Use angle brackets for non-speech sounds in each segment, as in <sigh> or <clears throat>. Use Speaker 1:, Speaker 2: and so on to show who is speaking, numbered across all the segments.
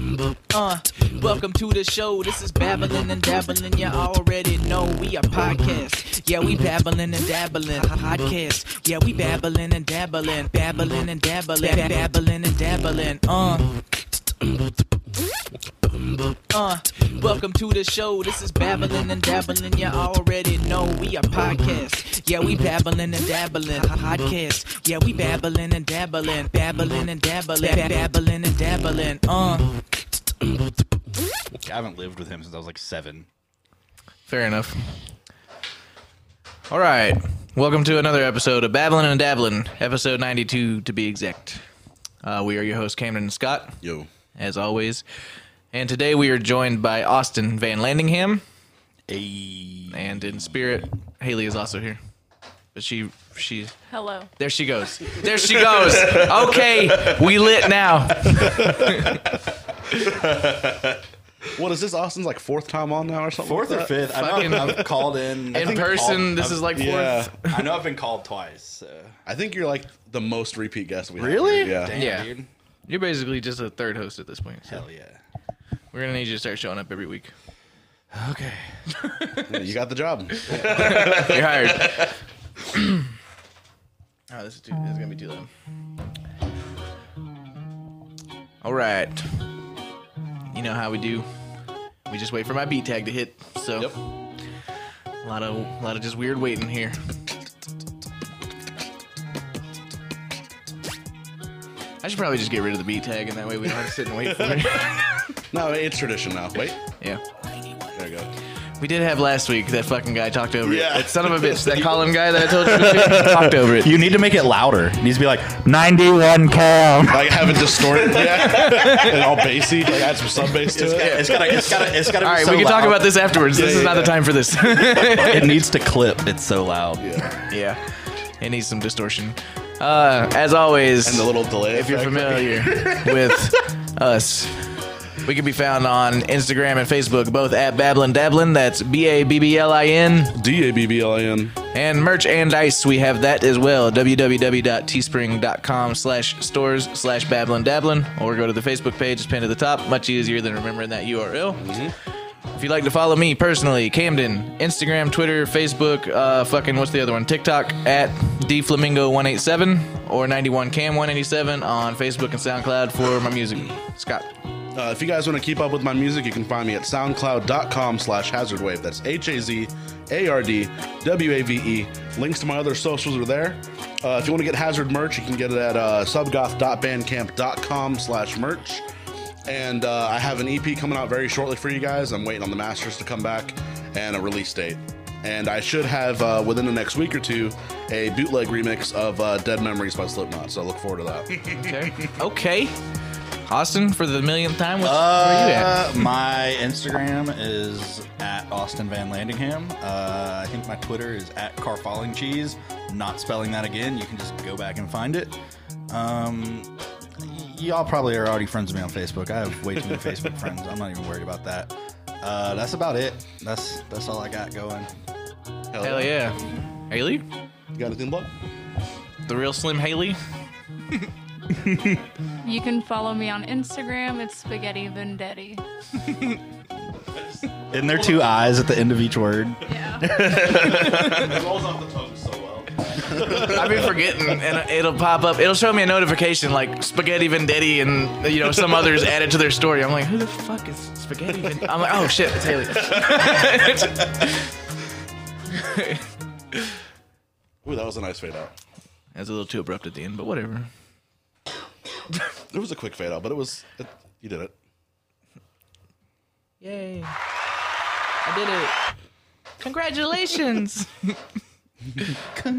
Speaker 1: Uh, welcome to the show. This is babbling and dabbling. You already know we are podcast. Yeah, we babbling and dabbling. Podcast. Yeah, we babbling and dabbling. Babbling and dabbling. Babbling and dabbling. Uh. Uh, welcome to the show. This is babbling and dabbling. You already know we are podcast. Yeah, we babbling and dabbling. Podcast. Yeah, we babbling and dabbling. Babbling and dabbling. Babbling and dabbling. Uh.
Speaker 2: I haven't lived with him since I was like seven.
Speaker 3: Fair enough. All right. Welcome to another episode of Babbling and Dabbling, episode 92 to be exact. Uh, we are your hosts, Camden and Scott,
Speaker 2: Yo.
Speaker 3: as always. And today we are joined by Austin Van Landingham.
Speaker 2: Hey.
Speaker 3: And in spirit, Haley is also here. But she, she,
Speaker 4: Hello.
Speaker 3: there she goes. There she goes. Okay, we lit now.
Speaker 5: What is this? Austin's like fourth time on now or something.
Speaker 2: Fourth or
Speaker 5: like that?
Speaker 2: fifth? I know I've called in.
Speaker 3: In person, this is like fourth.
Speaker 5: Yeah,
Speaker 2: I know I've been called twice. So.
Speaker 5: I think you're like the most repeat guest we have.
Speaker 2: Really?
Speaker 5: here. Yeah.
Speaker 2: Damn,
Speaker 3: Yeah.
Speaker 2: dude.
Speaker 3: You're basically just a third host at this point. so
Speaker 2: Hell yeah.
Speaker 3: we're going to need you to start showing up every week.
Speaker 2: Okay.
Speaker 5: Yeah, you got the job.
Speaker 3: You're hired. <clears throat> oh, this is, too, this is gonna be too loud. All right. You know how we do. We just wait for my beat tag to hit. So
Speaker 5: Yep.
Speaker 3: a lot of a lot of just weird waiting here. I should probably just get rid of the beat tag, and that way we don't have to sit and wait for it.
Speaker 5: No, it's tradition now. Wait,
Speaker 3: yeah.
Speaker 5: there you go.
Speaker 3: We did have last week that fucking guy talked over
Speaker 5: Yeah.
Speaker 3: it. That son
Speaker 5: <laughs>
Speaker 3: of a bitch, that Colin guy that I told you to talked over it.
Speaker 2: You need to make it louder. It needs to be like 91 count. <laughs>
Speaker 5: Like have it distorted, <laughs> yeah, and all bassy. Like add some sub bass to it.
Speaker 2: It's gotta, it's gotta, it's gotta
Speaker 3: All
Speaker 2: be
Speaker 3: right,
Speaker 2: so
Speaker 3: we can talk
Speaker 2: loud.
Speaker 3: about this afterwards. this
Speaker 5: Yeah,
Speaker 3: is not
Speaker 5: yeah.
Speaker 3: the time for
Speaker 5: <laughs>
Speaker 3: this.
Speaker 2: It needs to clip. It's so loud.
Speaker 5: Yeah.
Speaker 3: yeah, it needs some distortion. Uh, as always,
Speaker 5: And the little delay. <laughs>
Speaker 3: if you're
Speaker 5: effect.
Speaker 3: familiar with us, we can be found on Instagram and Facebook, both at Babblin Dablin. That's B A B B L I N.
Speaker 5: D A B B L I N.
Speaker 3: And merch and dice, we have that as well. www.teespring.com slash stores slash Babblin Dablin. Or go to the Facebook page, it's pinned to the top. Much easier than remembering that URL. If you'd like to follow me personally, Camden, Instagram, Twitter, Facebook, uh, fucking what's the other one? TikTok at dflamingo187 or 91cam187 on Facebook and SoundCloud for my music. Scott.
Speaker 5: Uh, if you guys want to keep up with my music, you can find me at soundcloud.com slash hazardwave. That's H-A-Z-A-R-D-W-A-V-E. E. Links to my other socials are there. Uh, if you want to get Hazard merch, you can get it at uh, subgoth.bandcamp.com slash merch. And uh, I have an EP coming out very shortly for you guys. I'm waiting on the masters to come back and a release date. And I should have, uh, within the next week or two, a bootleg remix of uh, Dead Memories by Slipknot. So I look forward to that. <laughs>
Speaker 3: Okay. okay. Austin, for the millionth time, what's, where are you at?
Speaker 2: Uh, my Instagram is at Austin Van Landingham. Uh, I think my Twitter is at Carfalling Cheese. Not spelling that again. You can just go back and find it. Um, y- y'all probably are already friends with me on Facebook. I have way too many
Speaker 3: <laughs>
Speaker 2: Facebook friends. I'm not even worried about that. Uh, that's about it. That's that's all I got going.
Speaker 3: Hell yeah. Haley?
Speaker 5: You got anything, Blood?
Speaker 3: The real Slim Haley?
Speaker 4: You can follow me on Instagram. It's Spaghetti Vendetti.
Speaker 2: Isn't there two eyes at the end of each word? <laughs>
Speaker 4: Yeah.
Speaker 5: It rolls off the tongue so well.
Speaker 3: I've been forgetting, and it'll pop up. It'll show me a notification like Spaghetti Vendetti and you know some others added to their story. I'm like, who the fuck is Spaghetti? Vendetti? I'm like, oh shit, it's Haley. <laughs>
Speaker 5: Ooh, that was a nice fade out.
Speaker 3: That's a little too abrupt at the end, but whatever.
Speaker 5: It was a quick fade out, but it was it, you did it.
Speaker 3: Yay! I did it. Congratulations.
Speaker 5: I need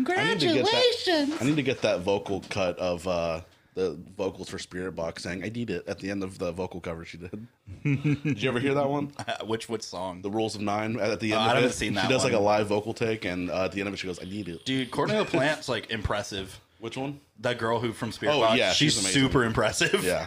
Speaker 5: to get that, I need to get that vocal cut of uh, the vocals for Spirit Box saying "I did it" at the end of the vocal cover she did. did you ever hear that one?
Speaker 2: Which which song?
Speaker 5: The Rules of Nine. At the end,
Speaker 2: Oh,
Speaker 5: of
Speaker 2: I haven't
Speaker 5: it,
Speaker 2: seen
Speaker 5: she
Speaker 2: that
Speaker 5: does like
Speaker 2: one.
Speaker 5: a live vocal take, and uh, at the end of it, she goes, "I need it."
Speaker 2: Dude, Courtney Plant's like impressive.
Speaker 5: Which one?
Speaker 2: That girl who from Spirit
Speaker 5: Oh,
Speaker 2: Box,
Speaker 5: yeah,
Speaker 2: she's,
Speaker 5: she's amazing.
Speaker 2: super impressive.
Speaker 5: Yeah.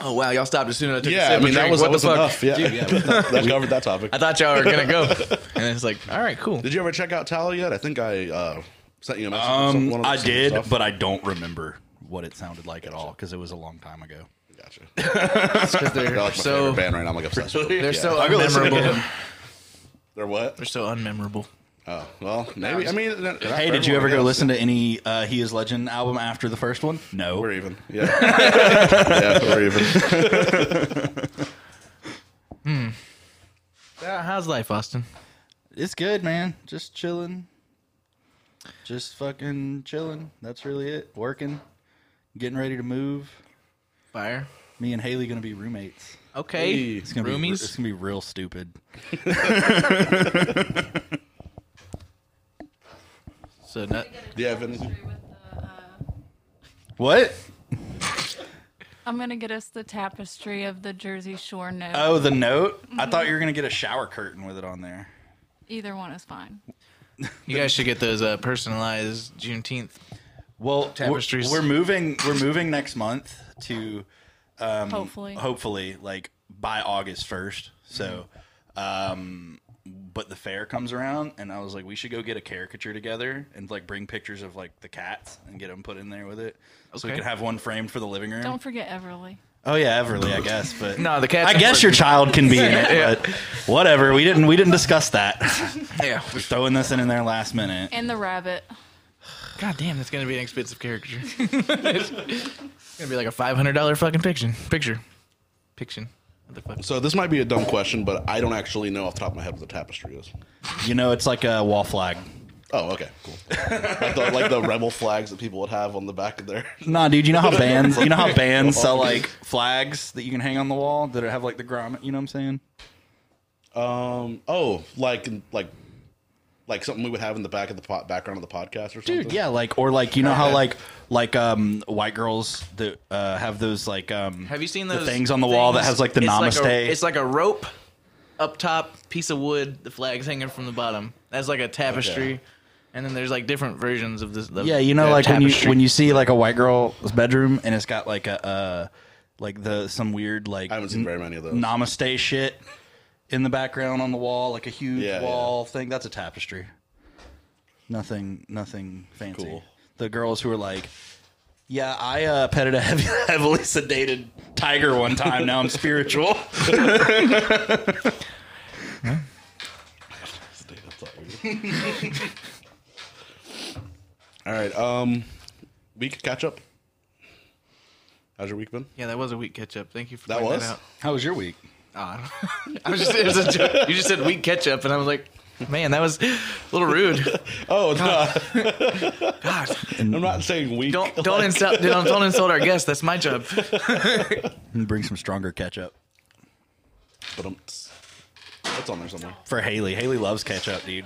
Speaker 3: oh wow, y'all stopped as soon as I took a
Speaker 5: Yeah,
Speaker 3: sip
Speaker 5: I mean
Speaker 3: of
Speaker 5: that
Speaker 3: drink.
Speaker 5: was,
Speaker 3: what
Speaker 5: that
Speaker 3: the
Speaker 5: was
Speaker 3: fuck.
Speaker 5: enough. Yeah,
Speaker 3: Dude,
Speaker 5: <laughs> that, that covered that topic.
Speaker 3: I thought y'all were gonna
Speaker 5: <laughs>
Speaker 3: go, and it's like, all right, cool.
Speaker 5: Did you ever check out Tala yet? I think I uh, sent you a message. or
Speaker 2: Um,
Speaker 5: something- one of
Speaker 2: I
Speaker 5: those
Speaker 2: did,
Speaker 5: stuff.
Speaker 2: but I don't remember what it sounded like at all because it was a long time ago.
Speaker 5: Gotcha.
Speaker 3: because <laughs> they're,
Speaker 5: They're like my
Speaker 3: so
Speaker 5: favorite band right now. I'm like obsessed
Speaker 3: <laughs>
Speaker 5: with.
Speaker 3: they're so
Speaker 2: I've been listening to
Speaker 3: unmemorable.
Speaker 2: them.
Speaker 5: They're what?
Speaker 3: They're so unmemorable.
Speaker 5: Oh, well, maybe. I mean, not- not
Speaker 2: Hey,
Speaker 5: for
Speaker 2: did you ever
Speaker 5: everyone, I
Speaker 2: go
Speaker 5: guess.
Speaker 2: listen to any uh, He Is Legend album after the first one? No. <laughs>
Speaker 5: We're even. Yeah. yeah, we're even.
Speaker 3: Yeah, how's life, Austin?
Speaker 2: It's good, man. Just chilling. Just fucking chilling. That's really it. Working. Getting ready to move.
Speaker 3: Fire.
Speaker 2: Me and Haley gonna be roommates.
Speaker 3: Okay.
Speaker 2: It's gonna Be,
Speaker 3: Roomies.
Speaker 2: it's gonna be real stupid.
Speaker 3: so not,
Speaker 5: Do you have any?
Speaker 2: What?
Speaker 4: I'm gonna get us the tapestry of the Jersey Shore note.
Speaker 2: Oh, the note. I thought you were gonna get a shower curtain with it on there.
Speaker 4: Either one is fine.
Speaker 3: you guys should get those uh, personalized Juneteenth.
Speaker 2: Well,
Speaker 3: Tapestries.
Speaker 2: We're, we're moving. We're moving next month to Um,
Speaker 4: Hopefully.
Speaker 2: hopefully like by August first. So, um, but the fair comes around, and I was like, we should go get a caricature together and like bring pictures of like the cats and get them put in there with it, so we
Speaker 3: Okay.
Speaker 2: could have one framed for the living room.
Speaker 4: Don't forget Everly.
Speaker 2: Oh yeah, Everly, I guess. But
Speaker 3: <laughs> No, the cats
Speaker 2: I guess
Speaker 3: important.
Speaker 2: your child can be in
Speaker 3: <laughs>
Speaker 2: it. But whatever. We didn't. We didn't discuss that.
Speaker 3: Yeah.
Speaker 2: We're throwing this in, in there last minute.
Speaker 4: And the rabbit.
Speaker 3: God damn, that's gonna be an
Speaker 2: <laughs>
Speaker 3: expensive caricature. it's gonna be like a five hundred dollar fucking picture. Picture. Picture. What the fuck?
Speaker 5: So this might be a dumb question, but I don't actually know off the top of my head what the tapestry is.
Speaker 2: You know, it's like a wall flag.
Speaker 5: Oh, okay, cool. like, the, like the rebel flags that people would have on the back of their. <laughs>
Speaker 2: Nah, dude. You know how bands. You know how bands sell like flags that you can hang on the wall that have like the grommet. You know what I'm saying?
Speaker 5: Um. Oh, like like like something we would have in the back of the po- background of the podcast or something.
Speaker 2: Dude, yeah, like or like you know how like like um white girls that uh have those like um
Speaker 3: Have you seen
Speaker 2: the
Speaker 3: those
Speaker 2: things on the wall that
Speaker 3: things?
Speaker 2: has like the
Speaker 3: It's
Speaker 2: namaste?
Speaker 3: Like a, it's like a rope up top, piece of wood, the flags hanging from the bottom. That's like a tapestry. And then there's like different versions of this. Of
Speaker 2: Yeah, you know,
Speaker 3: the
Speaker 2: like when
Speaker 3: tapestry.
Speaker 2: you when you see like a white girl's bedroom and it's got like a uh, like the some weird like
Speaker 5: I haven't seen very many of those.
Speaker 2: namaste shit in the background on the wall, like a huge
Speaker 5: Yeah,
Speaker 2: wall thing. That's a tapestry. Nothing, nothing fancy.
Speaker 5: Cool.
Speaker 2: The girls who are like, yeah, I uh, petted a heavy, <laughs> heavily sedated tiger one time. Now I'm spiritual.
Speaker 5: <laughs> All right. Um, week catch up. How's your week been?
Speaker 3: Yeah, that was a weak catch up. Thank you for
Speaker 5: That
Speaker 3: pointing
Speaker 5: was?
Speaker 3: that out.
Speaker 2: How was your week?
Speaker 3: Ah, I was just, it was a joke. You just said weak catch up, and I was like, man, that was a little rude.
Speaker 5: Oh, no,
Speaker 3: God,
Speaker 5: I'm not saying week.
Speaker 3: don't don't insult don't, don't insult our guests. That's my job.
Speaker 2: Bring some stronger ketchup
Speaker 5: But I'm, that's on there somewhere.
Speaker 2: for Haley. Haley loves ketchup, dude.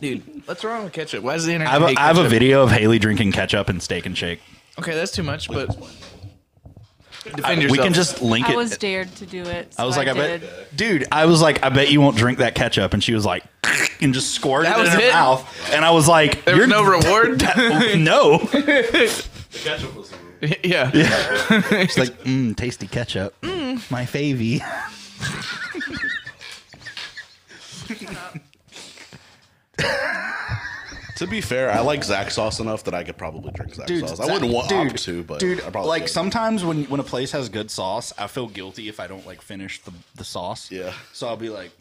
Speaker 3: Dude, what's wrong with ketchup? Why is the internet?
Speaker 2: I have,
Speaker 3: hate
Speaker 2: a, I have a
Speaker 3: ketchup?
Speaker 2: video of Haley drinking ketchup and steak and shake.
Speaker 3: Okay, that's too much, but defend
Speaker 2: I-
Speaker 3: yourself.
Speaker 2: We can just link
Speaker 4: I
Speaker 2: it.
Speaker 4: was dared to do it.
Speaker 2: I was
Speaker 4: so
Speaker 2: like, I, <laughs>
Speaker 4: did.
Speaker 2: bet, dude. I was like, I bet you won't drink that ketchup. And she was like, <laughs> and just squirted
Speaker 3: That
Speaker 2: it
Speaker 3: was
Speaker 2: in her
Speaker 3: it?
Speaker 2: mouth. And I was like,
Speaker 3: There
Speaker 2: you're <laughs>
Speaker 3: was no reward.
Speaker 2: no.
Speaker 3: <laughs> yeah.
Speaker 2: It's like, mm, tasty ketchup,
Speaker 4: Mm.
Speaker 2: my favy.
Speaker 5: To be fair, I like Zach sauce enough that I could probably drink Zach sauce. I wouldn't want opt to, but
Speaker 2: dude,
Speaker 5: I probably
Speaker 2: like
Speaker 5: could.
Speaker 2: sometimes when when a place has good sauce, I feel guilty if I don't like finish the, the sauce.
Speaker 5: Yeah.
Speaker 2: So I'll be like.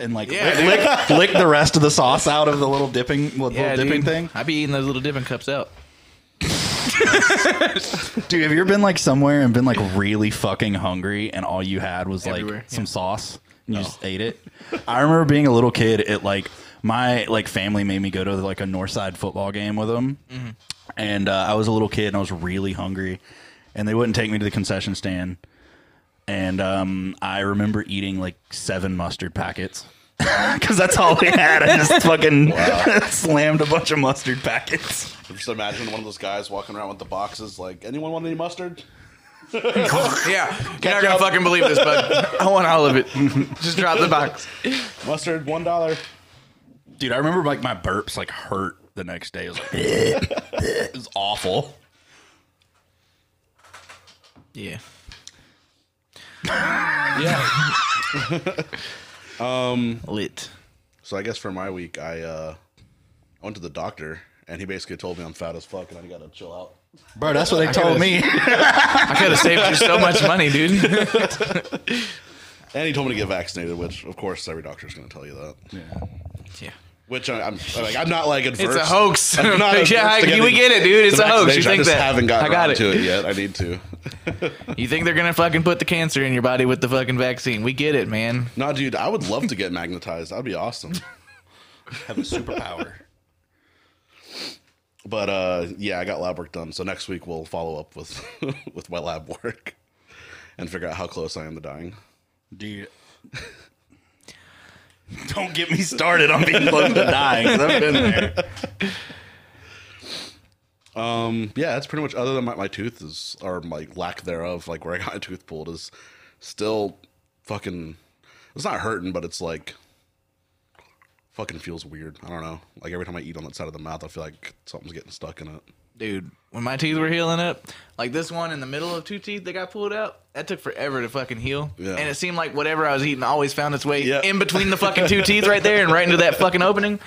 Speaker 2: And like
Speaker 3: Yeah,
Speaker 2: lick, lick, lick the rest of the sauce out of the little dipping, little
Speaker 3: Yeah,
Speaker 2: dipping
Speaker 3: dude.
Speaker 2: thing.
Speaker 3: I be eating those little dipping cups out.
Speaker 2: Dude, have you ever been like somewhere and been like really fucking hungry and all you had was like
Speaker 3: Everywhere,
Speaker 2: some sauce and you just ate it? I remember being a little kid at like my like family made me go to like a Northside football game with them. And uh, I was a little kid and I was really hungry and they wouldn't take me to the concession stand. And um, I remember eating like seven mustard packets. <laughs> Cause that's all we had. I just fucking <laughs> slammed a bunch of mustard packets.
Speaker 5: just imagine one of those guys walking around with the boxes. Like, anyone want any mustard?
Speaker 3: <laughs> Yeah, you're not gonna fucking believe this, bud.
Speaker 5: <laughs>
Speaker 3: I want all of it. <laughs> Just drop the box.
Speaker 5: Mustard, one dollar.
Speaker 2: Dude, I remember like my burps like hurt the next day.
Speaker 6: <laughs>
Speaker 2: It was like it was awful.
Speaker 3: Yeah. <laughs>
Speaker 5: Yeah.
Speaker 2: Um,
Speaker 3: Lit.
Speaker 5: so I guess for my week, I uh, I went to the doctor and he basically told me I'm fat as fuck and I gotta chill out.
Speaker 6: Bro, that's what they
Speaker 2: Oh,
Speaker 6: told me.
Speaker 3: I could have saved you so much
Speaker 2: <laughs>
Speaker 3: money, dude.
Speaker 5: And he told me to get vaccinated, which of course every doctor's going to tell you that.
Speaker 3: yeah.
Speaker 5: Which I, I'm like, I'm not like
Speaker 3: It's
Speaker 5: adverse.
Speaker 3: a hoax. <laughs>
Speaker 5: I'm not adverse
Speaker 3: yeah, I-
Speaker 5: to
Speaker 3: we
Speaker 5: getting
Speaker 3: get it, dude. It's
Speaker 5: the
Speaker 3: a hoax. You
Speaker 5: vaccination. I
Speaker 3: think
Speaker 5: just
Speaker 3: that?
Speaker 5: haven't gotten
Speaker 3: I got
Speaker 5: around
Speaker 3: it.
Speaker 5: to it yet. I need to.
Speaker 3: You think they're gonna fucking put the cancer in your body with the fucking vaccine? We get it, man.
Speaker 5: No, dude, I would love to get magnetized. That'd be awesome.
Speaker 6: <laughs> Have a superpower.
Speaker 5: But uh, yeah, I got lab work done. So next week we'll follow up with <laughs> with my lab work and figure out how close I am to dying.
Speaker 6: Dude. <laughs> Don't get me started on being close to dying. <laughs> 'cause I've been there. <laughs>
Speaker 5: Um, Yeah, that's pretty much. Other than my, my tooth is or my lack thereof, like where I got a tooth pulled is still fucking. It's not hurting, but it's like fucking feels weird. I don't know. Like every time I eat on that side of the mouth, I feel like something's getting stuck in it.
Speaker 3: Dude, when my teeth were healing up, like this one in the middle of two teeth that got pulled out, that took forever to fucking heal.
Speaker 5: Yeah.
Speaker 3: And it seemed like whatever I was eating always found its way
Speaker 5: Yeah.
Speaker 3: in between the fucking two teeth right there and right into that fucking opening.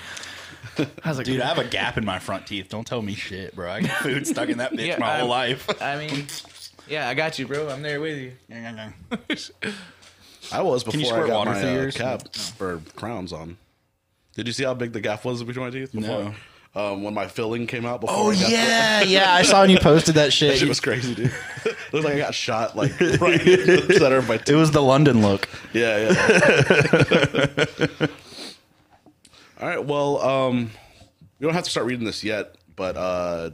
Speaker 3: I was like,
Speaker 6: Dude, I have a gap in my front teeth. Don't tell me shit, bro. I got food stuck in that bitch
Speaker 3: Yeah,
Speaker 6: my whole
Speaker 3: I'm-
Speaker 6: <laughs> life.
Speaker 3: I mean, yeah, I got you, bro. I'm there with you.
Speaker 6: Dude,
Speaker 5: I was before
Speaker 6: you
Speaker 5: I
Speaker 6: squirt
Speaker 5: got
Speaker 6: water
Speaker 5: my
Speaker 6: through
Speaker 5: uh,
Speaker 6: yours?
Speaker 5: cap or crowns on. Did you see how big the gaff was between my teeth? Before?
Speaker 6: No. Oh,
Speaker 5: Um, when my filling came out before. I got the-
Speaker 6: yeah. I saw when you posted that
Speaker 5: That shit was crazy, <laughs> dude. Looked like I got shot like <laughs> right in the center of my
Speaker 6: It
Speaker 5: tooth.
Speaker 6: was the London look.
Speaker 5: Yeah, yeah. <laughs> All right, well, um, you don't have to start reading this yet, but uh,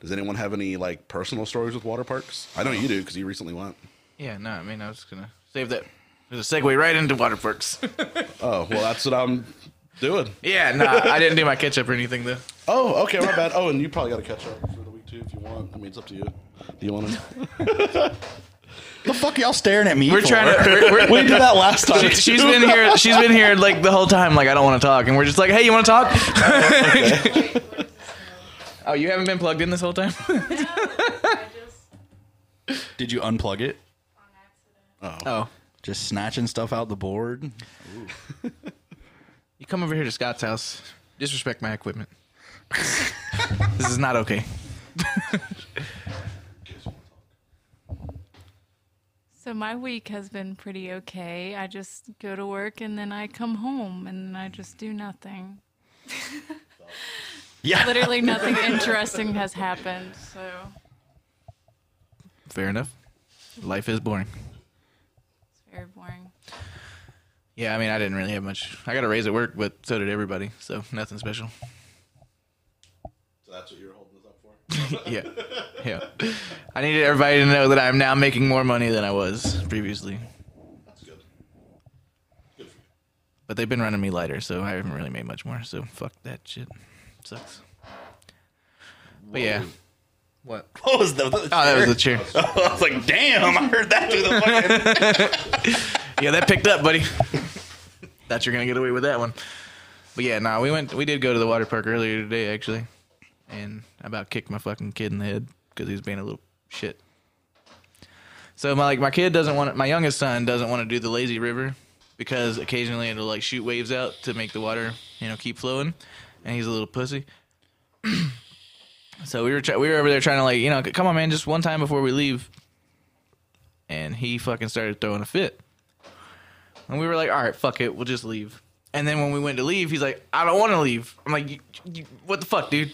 Speaker 5: does anyone have any like personal stories with water parks? I know you do because you recently went.
Speaker 3: Yeah, no, I mean, I was gonna save that. There's a segue right into water parks.
Speaker 5: Oh, well, that's what I'm doing.
Speaker 3: <laughs> yeah, nah, I didn't do my ketchup or anything though.
Speaker 5: Oh, okay, my bad. Oh, and you probably got to catch up for the week too if you want. I mean, it's up to you. Do <laughs> you want to?
Speaker 6: The fuck y'all staring at me?
Speaker 3: We're
Speaker 6: for?
Speaker 3: trying to. We're, we're,
Speaker 6: We did that last time.
Speaker 3: She- she's been here. She's been here like the whole time. Like I don't want to talk, and we're just like, hey, you want to <laughs> talk? oh, you haven't been plugged in this whole time.
Speaker 6: Did you unplug it?
Speaker 3: oh,
Speaker 6: Just snatching stuff out the board.
Speaker 3: you come over here to Scott's house. Disrespect my equipment. <laughs> this is not okay.
Speaker 4: So my week has been pretty okay. I just go to work and then I come home and I just
Speaker 2: <laughs>
Speaker 4: do nothing.
Speaker 6: Yeah.
Speaker 4: Literally nothing interesting has happened. So
Speaker 3: Fair enough. Life is boring.
Speaker 4: it's very boring.
Speaker 3: Yeah, I mean, I didn't really have much. I got a raise at work, but so did everybody. So nothing special.
Speaker 5: So that's what you're holding this up for.
Speaker 3: Yeah, yeah. I needed everybody to know that I'm now making more money than I was previously.
Speaker 5: That's good. Good for you.
Speaker 3: But they've been running me lighter, so I haven't really made much more. So fuck that shit. Sucks. But yeah. What?
Speaker 6: What was the? Oh,
Speaker 3: Oh, that was the cheer. <laughs>
Speaker 6: I was like, damn! I heard that through the fucking.
Speaker 3: Yeah, that picked up, buddy. Thought you're gonna get away with that one. But yeah, nah, we went. We did go to the water park earlier today, actually, and I about kicked my fucking kid in the head because he was being a little shit. So my like my kid doesn't want my youngest son doesn't want to do the lazy river because occasionally it'll like shoot waves out to make the water you know keep flowing, and he's a little pussy. so we were try- we were over there trying to like you know come on man just one time before we leave, and he fucking started throwing a fit. And we were like, all right, fuck it, we'll just leave. And then when we went to leave, he's like, I don't want to leave. I'm like, you, you, what the fuck, dude?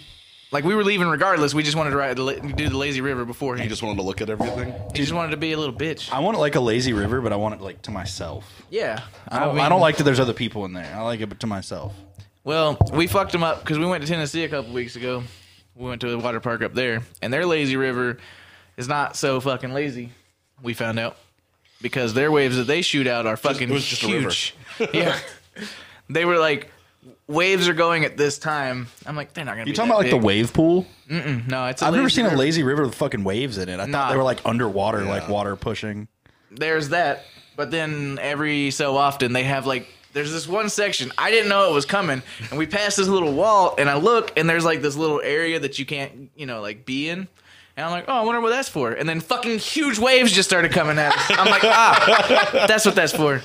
Speaker 3: Like we were leaving regardless. We just wanted to ride the la- do the lazy river before
Speaker 5: You
Speaker 3: he just,
Speaker 5: just wanted to look at everything.
Speaker 3: he just wanted to be a little bitch.
Speaker 6: I want it like a lazy river, but I want it like to myself.
Speaker 3: Yeah,
Speaker 6: I don't, I,
Speaker 3: mean-
Speaker 6: don't like that there's other people in there. I like it to myself.
Speaker 3: Well, we fucked him up because we went to Tennessee a couple weeks ago. We went to a water park up there, and their lazy river is not so fucking lazy. We found out because their waves that they shoot out are fucking
Speaker 5: it was just a
Speaker 6: <laughs>
Speaker 5: river.
Speaker 3: huge. yeah, they were like. Waves are going at this time. I'm like, they're not gonna.
Speaker 6: You
Speaker 3: be
Speaker 6: talking
Speaker 3: that
Speaker 6: about like the
Speaker 3: big.
Speaker 6: wave pool?
Speaker 3: No, it's. i
Speaker 6: I've never seen a lazy river with fucking waves in it. I
Speaker 3: Nah.
Speaker 6: thought they were like underwater, like water pushing.
Speaker 3: there's that. But then every so often they have like there's this one section I didn't know it was coming, and we passed this little wall, and I look, and there's like this little area that you can't, you know, like be in. And I'm like, oh, I wonder what that's for. And then fucking huge waves just started coming at us. I'm like, ah, that's what that's for.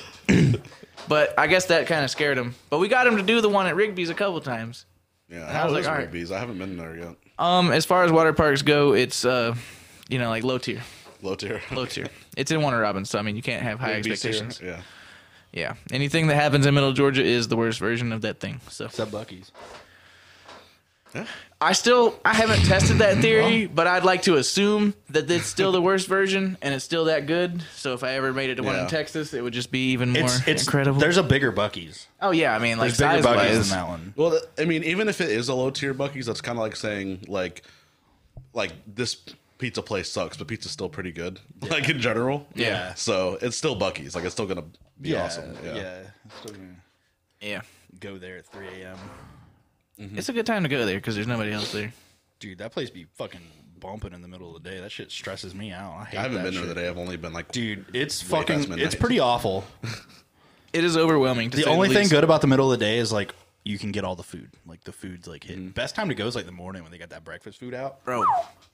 Speaker 3: but I guess that kind of scared him. But we got him to do the one at Rigby's a couple times.
Speaker 5: Yeah,
Speaker 3: I
Speaker 5: how
Speaker 3: was
Speaker 5: is
Speaker 3: like, all right.
Speaker 5: Rigby's? I haven't been there yet.
Speaker 3: Um, as far as water parks go, it's uh, you know, like low tier,
Speaker 5: <laughs> Low tier.
Speaker 3: <laughs> low tier. It's in Warner Robins, so I mean, you can't have high
Speaker 5: B tier,
Speaker 3: expectations.
Speaker 5: Yeah.
Speaker 3: Yeah, anything that happens in Middle Georgia is the worst version of that thing. So
Speaker 2: Except Bucky's.
Speaker 3: I still I haven't tested that theory, but I'd like to assume that it's still the worst version and it's still that good. So if I ever made it to one
Speaker 5: Yeah.
Speaker 3: in Texas, it would just be even more
Speaker 2: It's it's
Speaker 3: incredible.
Speaker 2: There's a bigger Bucky's.
Speaker 3: oh yeah, I mean like
Speaker 2: There's bigger
Speaker 3: size
Speaker 2: Bucky's
Speaker 3: wise,
Speaker 2: than that one.
Speaker 5: Well, th- I mean, even if it is a low tier Bucky's, that's kind of like saying like, like this pizza place sucks, but pizza's still pretty good. Like in general.
Speaker 3: Yeah.
Speaker 5: So it's still Bucky's. Like it's still gonna be
Speaker 2: yeah,
Speaker 5: awesome. Yeah.
Speaker 2: yeah. Still gonna
Speaker 3: yeah,
Speaker 2: Go there at 3 a.m. Mm-hmm.
Speaker 3: it's a good time to go there because there's nobody else there.
Speaker 2: Dude, that place be fucking bumping in the middle of the day. That shit stresses me out. I hate
Speaker 5: I haven't
Speaker 2: that
Speaker 5: been
Speaker 2: shit.
Speaker 5: there today. I've only been like
Speaker 2: Dude, it's
Speaker 5: Way past
Speaker 2: fucking. It's
Speaker 5: midnight.
Speaker 2: pretty awful.
Speaker 3: It is overwhelming. To
Speaker 2: The
Speaker 3: say
Speaker 2: only
Speaker 3: the
Speaker 2: thing
Speaker 3: least.
Speaker 2: good about the middle of the day is like you can get all the food. Like the food's like hidden. Best time to go is like the morning when they got that breakfast food out.
Speaker 3: bro.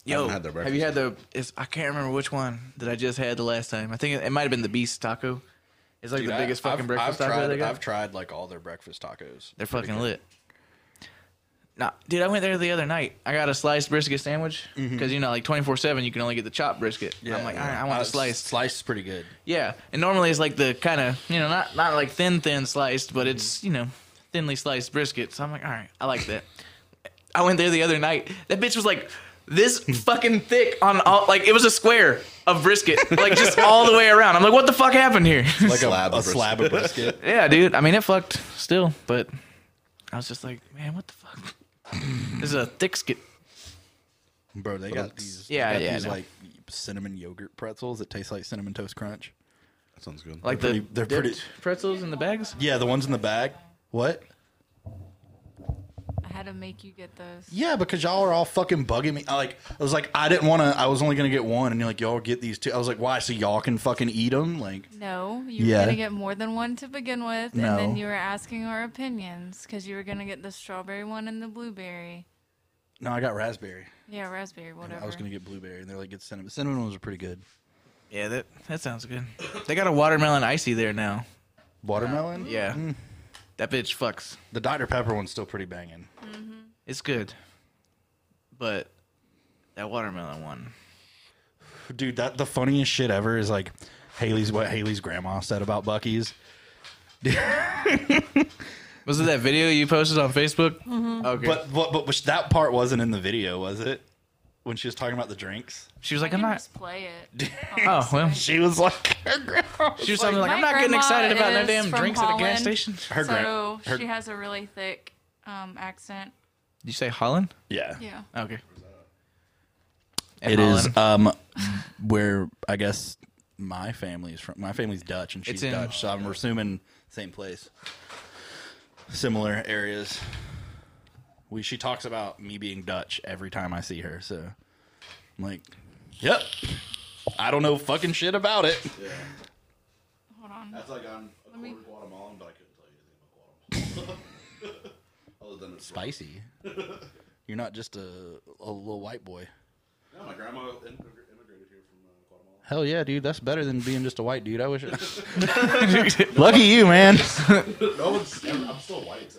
Speaker 3: Yo,
Speaker 5: had their
Speaker 3: have you had the? It's, I can't remember which one that I just had the last time. I think it, it might have been the Beast Taco. It's like
Speaker 2: Dude,
Speaker 3: the
Speaker 2: I-
Speaker 3: biggest fucking
Speaker 2: I've-
Speaker 3: breakfast
Speaker 2: I've
Speaker 3: taco
Speaker 2: tried,
Speaker 3: they got.
Speaker 2: I've tried like all their breakfast tacos.
Speaker 3: They're fucking lit. Nah, dude, I went there the other night. I got a sliced brisket sandwich because you know, like twenty four seven, you can only get the chopped brisket. I'm like, all right, I want
Speaker 2: Uh,
Speaker 3: the sliced.
Speaker 2: Sliced is pretty
Speaker 3: <laughs>
Speaker 2: good.
Speaker 3: Yeah, and normally it's like the kind of you know, not not like thin thin sliced, but it's you know, thinly sliced brisket. So I'm like, all right, I like that. I went there the other night. That bitch was like this fucking thick on all like it was a square of brisket, like just all the way around. I'm like, what the fuck happened here? <laughs>
Speaker 2: Like
Speaker 5: Slab
Speaker 2: a,
Speaker 5: of
Speaker 2: a slab of brisket.
Speaker 3: Yeah, dude. I mean, it fucked still, but I was just like, man, what the fuck? this is a thick skit.
Speaker 2: Bro, they got these. they
Speaker 3: Yeah,
Speaker 2: got
Speaker 3: yeah,
Speaker 2: These
Speaker 3: no.
Speaker 2: like cinnamon yogurt pretzels that taste like cinnamon toast crunch.
Speaker 5: That sounds good.
Speaker 3: Like
Speaker 2: They're
Speaker 3: the
Speaker 2: pretty- they're
Speaker 3: dipped
Speaker 2: pretty-
Speaker 3: pretzels in the bags.
Speaker 2: Yeah, the ones in the bag. What?
Speaker 4: I had to make you get those.
Speaker 2: Yeah, because y'all are all fucking bugging me. I like, I was like, I didn't want to. I was only gonna get one, and you're like, y'all get these two. I was like, why? So y'all can fucking eat them? Like,
Speaker 4: No, you were
Speaker 2: Yeah.
Speaker 4: gonna get more than one to begin with,
Speaker 2: No.
Speaker 4: and then you were asking our opinions because you were gonna get the strawberry one and the blueberry.
Speaker 2: no, I got raspberry.
Speaker 4: Yeah, raspberry, whatever.
Speaker 2: I was gonna get blueberry, and they're like, get cinnamon. Cinnamon ones are pretty good.
Speaker 3: Yeah, that that sounds good. They got a watermelon icy there now.
Speaker 2: Watermelon.
Speaker 3: Yeah, that bitch fucks.
Speaker 2: The Dr Pepper one's still pretty banging.
Speaker 3: It's good, but that watermelon one.
Speaker 2: Dude, that the funniest shit ever is like Haley's what Haley's grandma said about Bucky's.
Speaker 3: Was it that video you posted on Facebook? Okay.
Speaker 2: Mm-hmm. But but but which, that part wasn't in the video, was it? When she was talking about the drinks,
Speaker 3: she was
Speaker 4: I
Speaker 3: like, I'm
Speaker 4: can
Speaker 3: not.
Speaker 4: just play
Speaker 2: <laughs>
Speaker 4: it.
Speaker 3: Oh well. She
Speaker 2: she was like, <laughs> her grandma. was
Speaker 3: was something like,
Speaker 4: My
Speaker 3: I'm not getting
Speaker 4: grandma
Speaker 3: excited about no
Speaker 4: is
Speaker 3: damn
Speaker 4: from
Speaker 3: drinks at a gas
Speaker 4: Holland.
Speaker 3: station.
Speaker 2: Her gran-
Speaker 4: so
Speaker 2: her-
Speaker 4: she has a really thick um, accent.
Speaker 3: Did you say Holland?
Speaker 2: yeah,
Speaker 4: Yeah.
Speaker 3: Okay.
Speaker 2: It is um where I guess my family's from. My family's Dutch and she's
Speaker 3: It's in-
Speaker 2: Dutch, so I'm assuming same place, similar areas. We she talks about me being Dutch every time I see her, so I'm like, yep. I don't know fucking shit about it.
Speaker 5: yeah.
Speaker 4: Hold on.
Speaker 5: That's like I'm a
Speaker 4: me- quarter
Speaker 5: Guatemalan, but I couldn't tell you anything about Guatemala. <laughs> Other than it's
Speaker 2: Spicy. <laughs> You're not just a, a little white boy.
Speaker 5: Yeah, my grandma immigrated here from uh, Guatemala.
Speaker 2: Hell yeah, dude. That's better than being just a white dude. I <laughs> wish. I... Lucky you, man.
Speaker 5: No one's. Oh, I'm still white.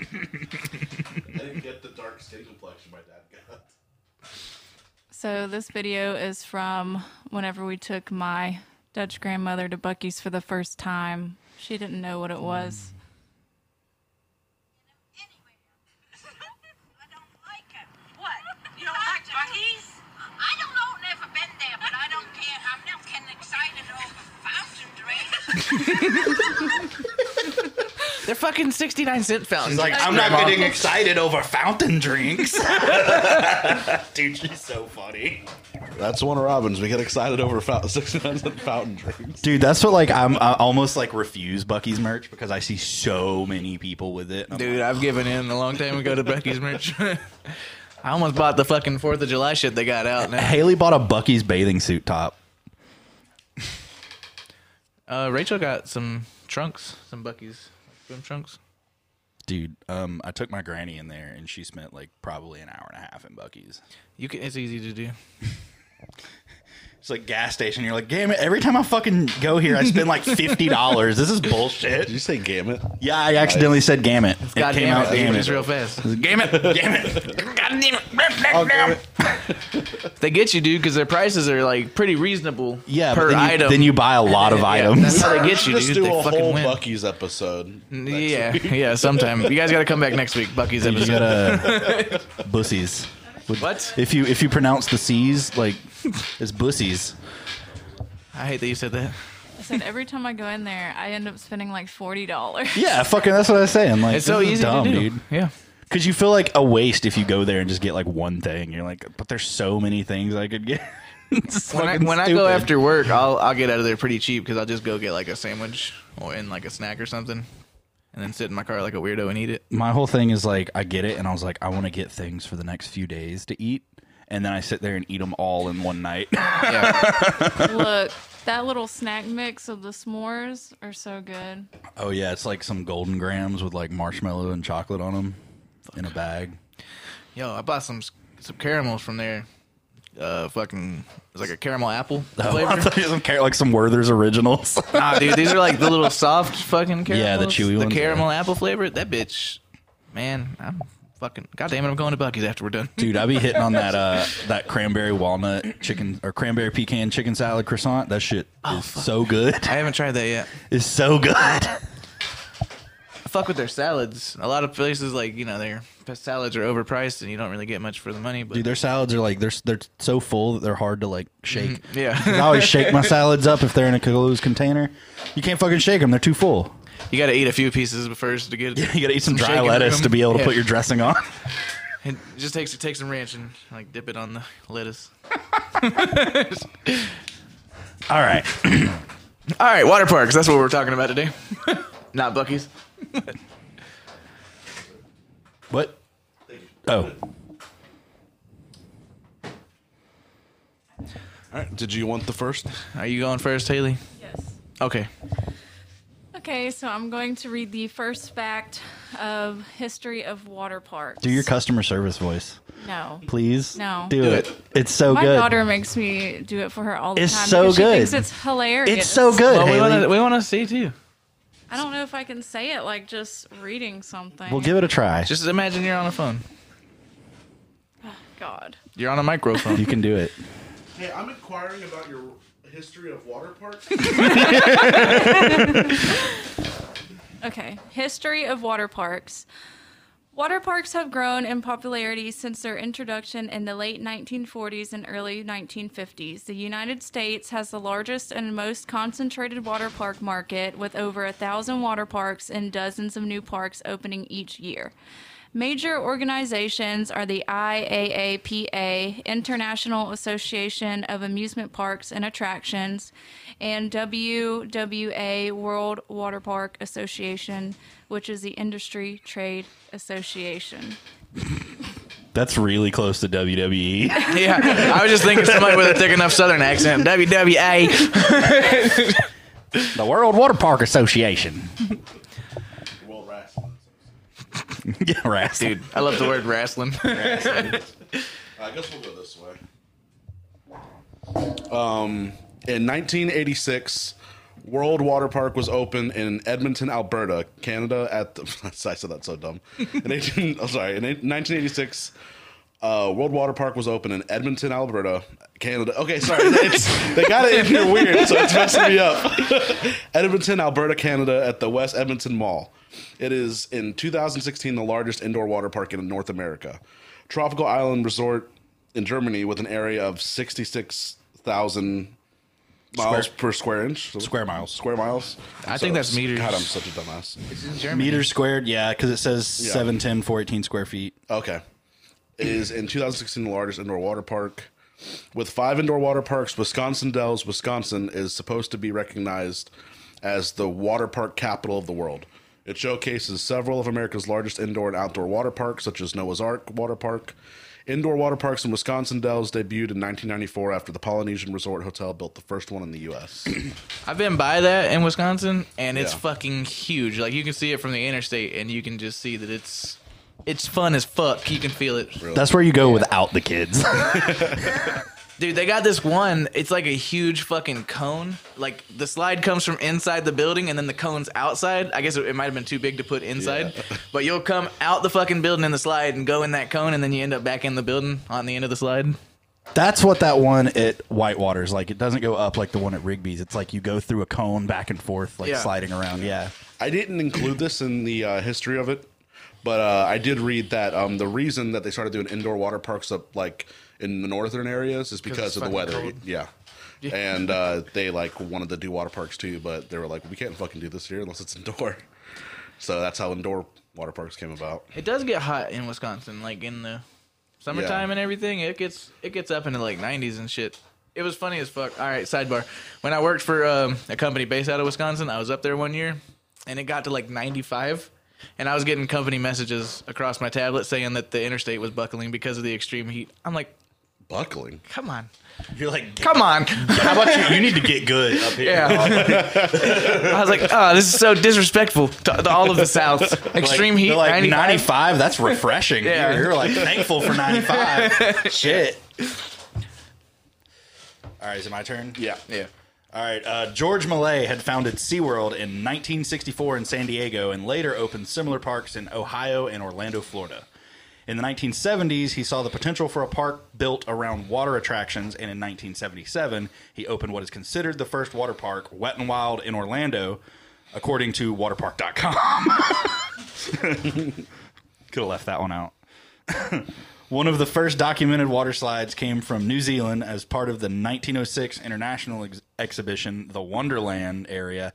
Speaker 5: <laughs> I didn't get the dark skin complexion my dad got.
Speaker 4: So this video is from whenever we took my Dutch grandmother to Bucky's for the first time. She didn't know what it was.
Speaker 2: Mm.
Speaker 7: <laughs> I don't like it. What? You don't like buggies? I don't know, never been there, but I don't care. I'm not getting excited over fountain <laughs> drinks.
Speaker 3: They're fucking 69 cent fountains.
Speaker 2: like, I'm not getting excited over fountain drinks. <laughs> Dude, she's so funny.
Speaker 5: That's one of Robin's. We get excited over fountain, <laughs> six cents and fountain drinks.
Speaker 2: Dude, that's what like I'm I almost like refuse Bucky's merch because I see so many people with it. and I'm
Speaker 3: Dude, I've given in a long time ago to Becky's merch. <laughs> I almost bought the fucking 4th of July shit they got out
Speaker 2: like,
Speaker 3: now.
Speaker 2: Haley bought a Bucky's bathing suit top.
Speaker 3: <laughs> Uh, Rachel got some trunks, some Bucky's swim trunks.
Speaker 2: Dude, um, I took my granny in there and she spent like probably an hour and a half in Bucky's.
Speaker 3: You can, it's easy to do.
Speaker 2: It's like gas station. You're like, damn it! Every time I fucking go here, I spend like fifty dollars. this is bullshit.
Speaker 3: <laughs>
Speaker 5: Did you say gamut?
Speaker 2: Yeah, I accidentally said gamut. It
Speaker 3: God
Speaker 2: came
Speaker 3: damn
Speaker 2: out
Speaker 3: it,
Speaker 2: damn
Speaker 3: It's
Speaker 2: it.
Speaker 3: real fast.
Speaker 2: Gamut,
Speaker 3: <laughs>
Speaker 2: gamut.
Speaker 5: Oh, gamut.
Speaker 3: They get you, dude, because their prices are like pretty reasonable.
Speaker 2: Yeah, but
Speaker 3: per
Speaker 2: then you,
Speaker 3: item.
Speaker 2: Then you buy a lot of
Speaker 3: Yeah,
Speaker 2: items.
Speaker 3: <laughs> That's how they get you,
Speaker 5: Let's
Speaker 3: dude.
Speaker 5: do
Speaker 3: They
Speaker 5: a whole
Speaker 3: fucking win.
Speaker 5: Bucky's episode. next
Speaker 3: <laughs> yeah,
Speaker 5: week.
Speaker 3: yeah. Sometime you guys got to come back next week. Bucky's
Speaker 2: You
Speaker 3: episode.
Speaker 2: gotta
Speaker 3: <laughs>
Speaker 2: bussies. Would-
Speaker 3: What?
Speaker 2: If you if you pronounce the C's like it's bussies.
Speaker 3: I hate that you said that.
Speaker 4: I said every time I go in there, I end up spending like forty dollars.
Speaker 2: Yeah, fucking. That's what I was saying. Like
Speaker 3: It's so
Speaker 2: this is
Speaker 3: easy
Speaker 2: dumb,
Speaker 3: to do.
Speaker 2: dude.
Speaker 3: Yeah.
Speaker 2: Because you feel like a waste if you go there and just get like one thing. You're like, but there's so many things I could get. <laughs> It's
Speaker 3: When I,
Speaker 2: fucking
Speaker 3: when I go
Speaker 2: stupid.
Speaker 3: after work, I'll I'll get out of there pretty cheap because I'll just go get like a sandwich or and like a snack or something, and then sit in my car like a weirdo and
Speaker 2: <laughs>
Speaker 3: eat it.
Speaker 2: my whole thing is like I get it, and I was like, I want to get things for the next few days to eat, and then I sit there and eat them all in one night. <laughs>
Speaker 3: Yeah.
Speaker 4: Look, that little snack mix of the s'mores are so good.
Speaker 2: oh yeah, it's like some golden grams with like marshmallow and chocolate on them in a bag.
Speaker 3: Yo, I bought some some caramels from there. Uh, fucking it's like a
Speaker 2: <laughs>
Speaker 3: caramel apple
Speaker 2: Oh, I
Speaker 3: flavor.
Speaker 2: thought you were some car- like some Werther's originals. <laughs>
Speaker 3: nah, dude, these are like the little soft fucking caramels.
Speaker 2: Yeah, the chewy
Speaker 3: The
Speaker 2: ones, yeah.
Speaker 3: caramel apple flavor. That bitch, man, I'm fucking. God damn it, I'm going to Bucky's after we're done. <laughs>
Speaker 2: Dude, I be hitting on that uh that cranberry walnut chicken or cranberry pecan chicken salad croissant. That shit is so good.
Speaker 3: I haven't tried that yet.
Speaker 2: <laughs> It's so good.
Speaker 3: I fuck with their salads. A lot of places like you know their salads are overpriced and you don't really get much for the money. But
Speaker 2: Dude, their salads are like they're they're so full that they're hard to like shake. I
Speaker 3: <laughs> yeah,
Speaker 2: always shake <laughs> my salads up if they're in a closed container. You can't fucking shake them; they're too full.
Speaker 3: you got to eat a few pieces first to get.
Speaker 2: <laughs> You gotta eat some dry
Speaker 3: shaking
Speaker 2: lettuce
Speaker 3: room.
Speaker 2: to be able to
Speaker 3: Yeah.
Speaker 2: put your dressing on.
Speaker 3: It just takes take some ranch and like dip it on the lettuce.
Speaker 2: <laughs> All right,
Speaker 3: All right, water parks. That's what we're talking about <laughs> today. Not Bucky's.
Speaker 2: <coughs> what? Oh,
Speaker 5: All right. <laughs> Did you want the first?
Speaker 3: Are you going first, Haley?
Speaker 4: Yes.
Speaker 3: Okay.
Speaker 4: Okay, so I'm going to read the first fact of history of water parks.
Speaker 2: do your customer service voice,
Speaker 4: No.
Speaker 2: please.
Speaker 4: No.
Speaker 2: do,
Speaker 3: Do
Speaker 2: it.
Speaker 3: it.
Speaker 2: It's so
Speaker 4: My
Speaker 2: good.
Speaker 4: daughter makes me do it for her all the
Speaker 2: It's
Speaker 4: time.
Speaker 2: so
Speaker 4: because
Speaker 2: good.
Speaker 4: She thinks it's hilarious.
Speaker 2: it's so good.
Speaker 3: Well, we
Speaker 2: Haley.
Speaker 3: want to we want to see too.
Speaker 4: I don't know if I can say it like just reading something.
Speaker 2: We'll give it a try.
Speaker 3: Just imagine you're on a phone.
Speaker 4: God.
Speaker 3: You're on a microphone. <laughs>
Speaker 2: you can do it.
Speaker 5: Hey, I'm inquiring about your history of water <laughs> parks.
Speaker 4: Okay. History of water parks. Water parks have grown in popularity since their introduction in the late 1940s and early 1950s. The United States has the largest and most concentrated water park market, with over a thousand water parks and dozens of new parks opening each year. Major organizations are the IAAPA, International Association of Amusement Parks and Attractions, and WWA, World Water Park Association, which is the Industry Trade Association.
Speaker 2: That's really close to E. WWE.
Speaker 3: yeah, I was just thinking somebody with a thick enough Southern <laughs> accent. WWA.
Speaker 2: <laughs> the World Water Park Association.
Speaker 5: well, wrestling.
Speaker 2: <laughs>
Speaker 3: <laughs>
Speaker 2: yeah, right.
Speaker 3: Dude, I love the word wrestling.
Speaker 5: Uh, I guess we'll go this way. Um, in 1986, World Water Park was opened in Edmonton, Alberta, Canada. At the <laughs> I said that so dumb. In 18, <laughs> I'm sorry. In 1986, uh, World Water Park was opened in Edmonton, Alberta, Canada. Okay, sorry. <laughs> It's, they got it in here weird, so it's messing me up. <laughs> Edmonton, Alberta, Canada, at the West Edmonton Mall. It is in 2016 the largest indoor water park in North America. Tropical Island Resort in Germany with an area of 66,000 miles
Speaker 2: Square-
Speaker 5: per square inch.
Speaker 2: Square miles.
Speaker 5: Square miles.
Speaker 3: I think that's meters.
Speaker 5: God, I'm such a dumbass.
Speaker 2: Meters squared, yeah, because it says
Speaker 5: Yeah.
Speaker 2: 710, 418 square feet.
Speaker 5: Okay. Is in 2016 the largest indoor water park. With five indoor water parks, Wisconsin Dells, Wisconsin is supposed to be recognized as the water park capital of the world. It showcases several of America's largest indoor and outdoor water parks, such as Noah's Ark Water Park. Indoor water parks in Wisconsin Dells debuted in 1994 after the Polynesian Resort Hotel built the first one in the U.S.
Speaker 3: <laughs> I've been by that in Wisconsin, and it's
Speaker 5: Yeah.
Speaker 3: fucking huge. Like you can see it from the interstate, and you can just see that it's it's fun as fuck. You can feel it.
Speaker 2: <laughs> That's where you go without the kids.
Speaker 3: Dude, they got this one. It's like a huge fucking cone. Like the slide comes from inside the building, and then the cone's outside. I guess it, it might have been too big to put inside, but you'll come out the fucking building in the slide and go in that cone, and then you end up back in the building on the end of the slide.
Speaker 2: That's what that one at Whitewater's like. It doesn't go up like the one at Rigby's. It's like you go through a cone back and forth, like
Speaker 3: Yeah.
Speaker 2: sliding around. Yeah.
Speaker 5: I didn't include this in the uh, history of it, but uh, I did read that um, the reason that they started doing indoor water parks up like in the northern areas is because
Speaker 3: it's
Speaker 5: of the
Speaker 3: fucking
Speaker 5: weather.
Speaker 3: cold.
Speaker 5: Yeah. And uh, they like wanted to do water parks too, but they were like, we can't fucking do this here unless it's indoor. <laughs> So that's how indoor water parks came about.
Speaker 3: It does get hot in Wisconsin, like in the summertime
Speaker 5: Yeah.
Speaker 3: and everything. It gets it gets up into like 90s and shit. It was funny as fuck. All right, sidebar. When I worked for um, a company based out of Wisconsin, I was up there one year, and it got to like 95, and I was getting company messages across my tablet saying that the interstate was buckling because of the extreme heat. I'm like,
Speaker 5: Buckling.
Speaker 3: come on,
Speaker 2: You're like,
Speaker 3: come
Speaker 2: <laughs>
Speaker 3: on.
Speaker 2: how about you? You need to get good up here.
Speaker 3: <laughs>
Speaker 2: <laughs>
Speaker 3: Yeah. I was like, oh, this is so disrespectful to all of the South. Extreme
Speaker 2: Like,
Speaker 3: heat,
Speaker 2: they're like
Speaker 3: 95.
Speaker 2: 95.
Speaker 3: <laughs>
Speaker 2: That's refreshing.
Speaker 3: Yeah.
Speaker 2: you're, you're like thankful for
Speaker 3: <laughs>
Speaker 2: 95. Shit. All right, is it my turn?
Speaker 5: Yeah.
Speaker 3: Yeah.
Speaker 2: All right. Uh, George Millay had founded SeaWorld in 1964 in San Diego and later opened similar parks in Ohio and Orlando, Florida. In the 1970s, he saw the potential for a park built around water attractions, and in 1977, he opened what is considered the first water park, Wet and Wild, in Orlando, according to waterpark.com. Could have left that one out. <laughs> One of the first documented water slides came from New Zealand as part of the 1906 international ex- exhibition, the Wonderland area.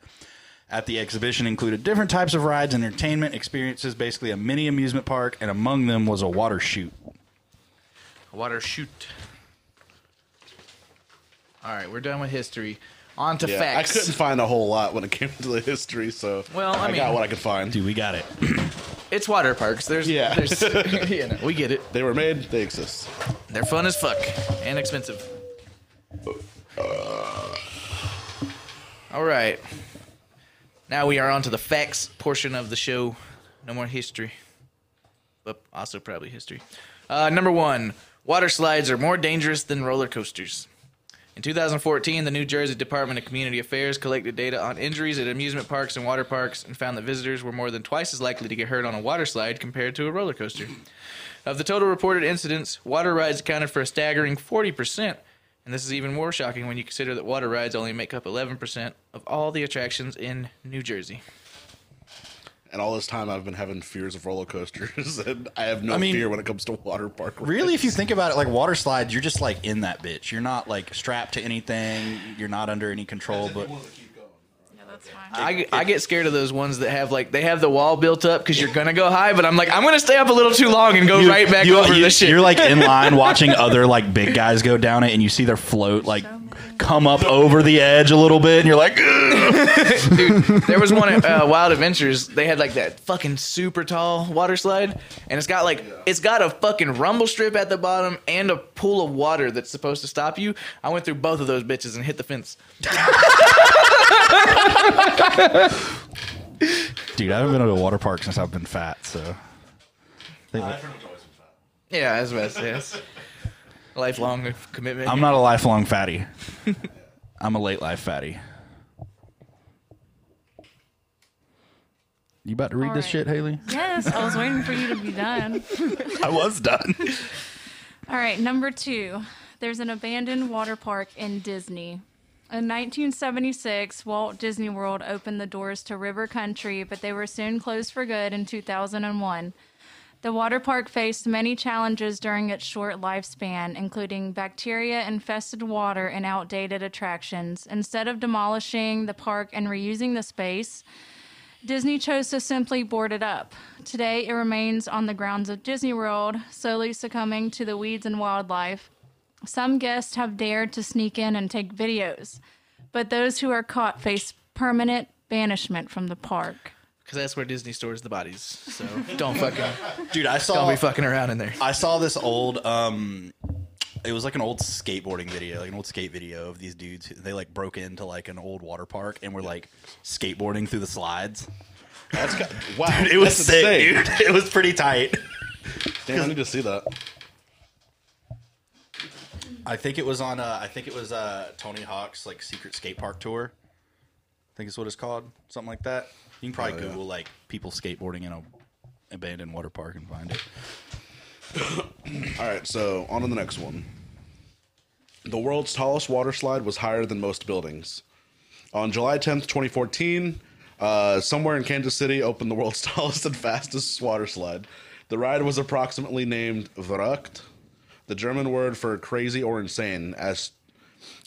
Speaker 2: At the exhibition included different types of rides and entertainment experiences, basically a mini amusement park, and among them was a water chute.
Speaker 3: Water shoot. All right, we're done with history. On to
Speaker 5: Yeah. I
Speaker 3: facts.
Speaker 5: couldn't find a whole lot when it came to the history, so
Speaker 3: Well, I
Speaker 5: got
Speaker 3: mean-
Speaker 5: what I could find.
Speaker 2: Dude, we got it.
Speaker 3: It's water parks. There's,
Speaker 5: Yeah.
Speaker 3: there's <laughs> you know, we get it.
Speaker 5: They were made, they exist.
Speaker 3: They're fun as fuck and expensive. All right. Now we are on to the facts portion of the show. No more history, but also probably history. Uh, number one water slides are more dangerous than roller coasters. In 2014, the New Jersey Department of Community Affairs collected data on injuries at amusement parks and water parks and found that visitors were more than twice as likely to get hurt on a water slide compared to a roller coaster. Of the total reported incidents, water rides accounted for a staggering 40%, and this is even more shocking when you consider that water rides only make up 11% of all the attractions in New Jersey.
Speaker 5: And all this time I've been having fears of roller coasters, <laughs> and I have no
Speaker 2: I mean-
Speaker 5: fear when it comes to water park.
Speaker 2: <laughs> Really,
Speaker 5: rides.
Speaker 2: if you think about it, like water slides, you're just like in that bitch. You're not like strapped to anything. You're not under any control. But
Speaker 4: Yeah, that's fine.
Speaker 3: I, I get scared of those ones that have like they have the wall built up because you're gonna go high, but I'm like I'm gonna stay up a little too long and go right back over this shit.
Speaker 2: are like
Speaker 3: <laughs>
Speaker 2: in line watching other like big guys go down it, and you see their float like come up over the edge a little bit, and you're like,
Speaker 3: There was one at uh, Wild Adventures. They had like that fucking super tall water slide, and it's got like it's got a fucking rumble strip at the bottom and a pool of water that's supposed to stop you. I went through both of those bitches and hit the fence.
Speaker 2: dude, I haven't been to a water park since I've been fat. So,
Speaker 3: Yeah, that's what I
Speaker 2: <laughs>
Speaker 3: says. Lifelong commitment.
Speaker 2: I'm not a lifelong <laughs> fatty. I'm a late life fatty. You about to read
Speaker 4: All
Speaker 2: this
Speaker 4: right.
Speaker 2: shit, Haley?
Speaker 4: Yes, I was waiting for you to be done.
Speaker 2: I was done.
Speaker 4: All right, number two. There's an abandoned water park in Disney. In 1976, Walt Disney World opened the doors to River Country, but they were soon closed for good in 2001. The water park faced many challenges during its short lifespan, including bacteria infested water and outdated attractions. Instead of demolishing the park and reusing the space, Disney chose to simply board it up. Today, it remains on the grounds of Disney World, slowly succumbing to the weeds and wildlife. Some guests have dared to sneak in and take videos, but those who are caught face permanent banishment from the park.
Speaker 3: because that's where Disney stores the bodies.
Speaker 2: <laughs>
Speaker 3: So don't fucking
Speaker 2: Dude, I saw
Speaker 3: don't be fucking around in there.
Speaker 2: I saw this old um it was like an old skateboarding video, like an old skate video of these dudes. who- They like broke into like an old water park and were like skateboarding through the slides.
Speaker 5: That's got, wow,
Speaker 2: It was
Speaker 5: that's
Speaker 2: sick,
Speaker 5: insane.
Speaker 2: dude. <laughs> It was pretty tight.
Speaker 5: Damn, I need to see that.
Speaker 2: I think it was on. Uh, I think it was uh, Tony Hawk's like secret skate park tour. I think it's what it's called, something like that. You can probably
Speaker 5: Oh, yeah.
Speaker 2: Google like people skateboarding in a abandoned water park and find it.
Speaker 5: All right, so on to the next one. The world's tallest water slide was higher than most buildings. On July 10th, 2014, uh, somewhere in Kansas City opened the world's <laughs> tallest and fastest water slide. The ride was approximately named Verrückt, the German word for crazy or insane, as,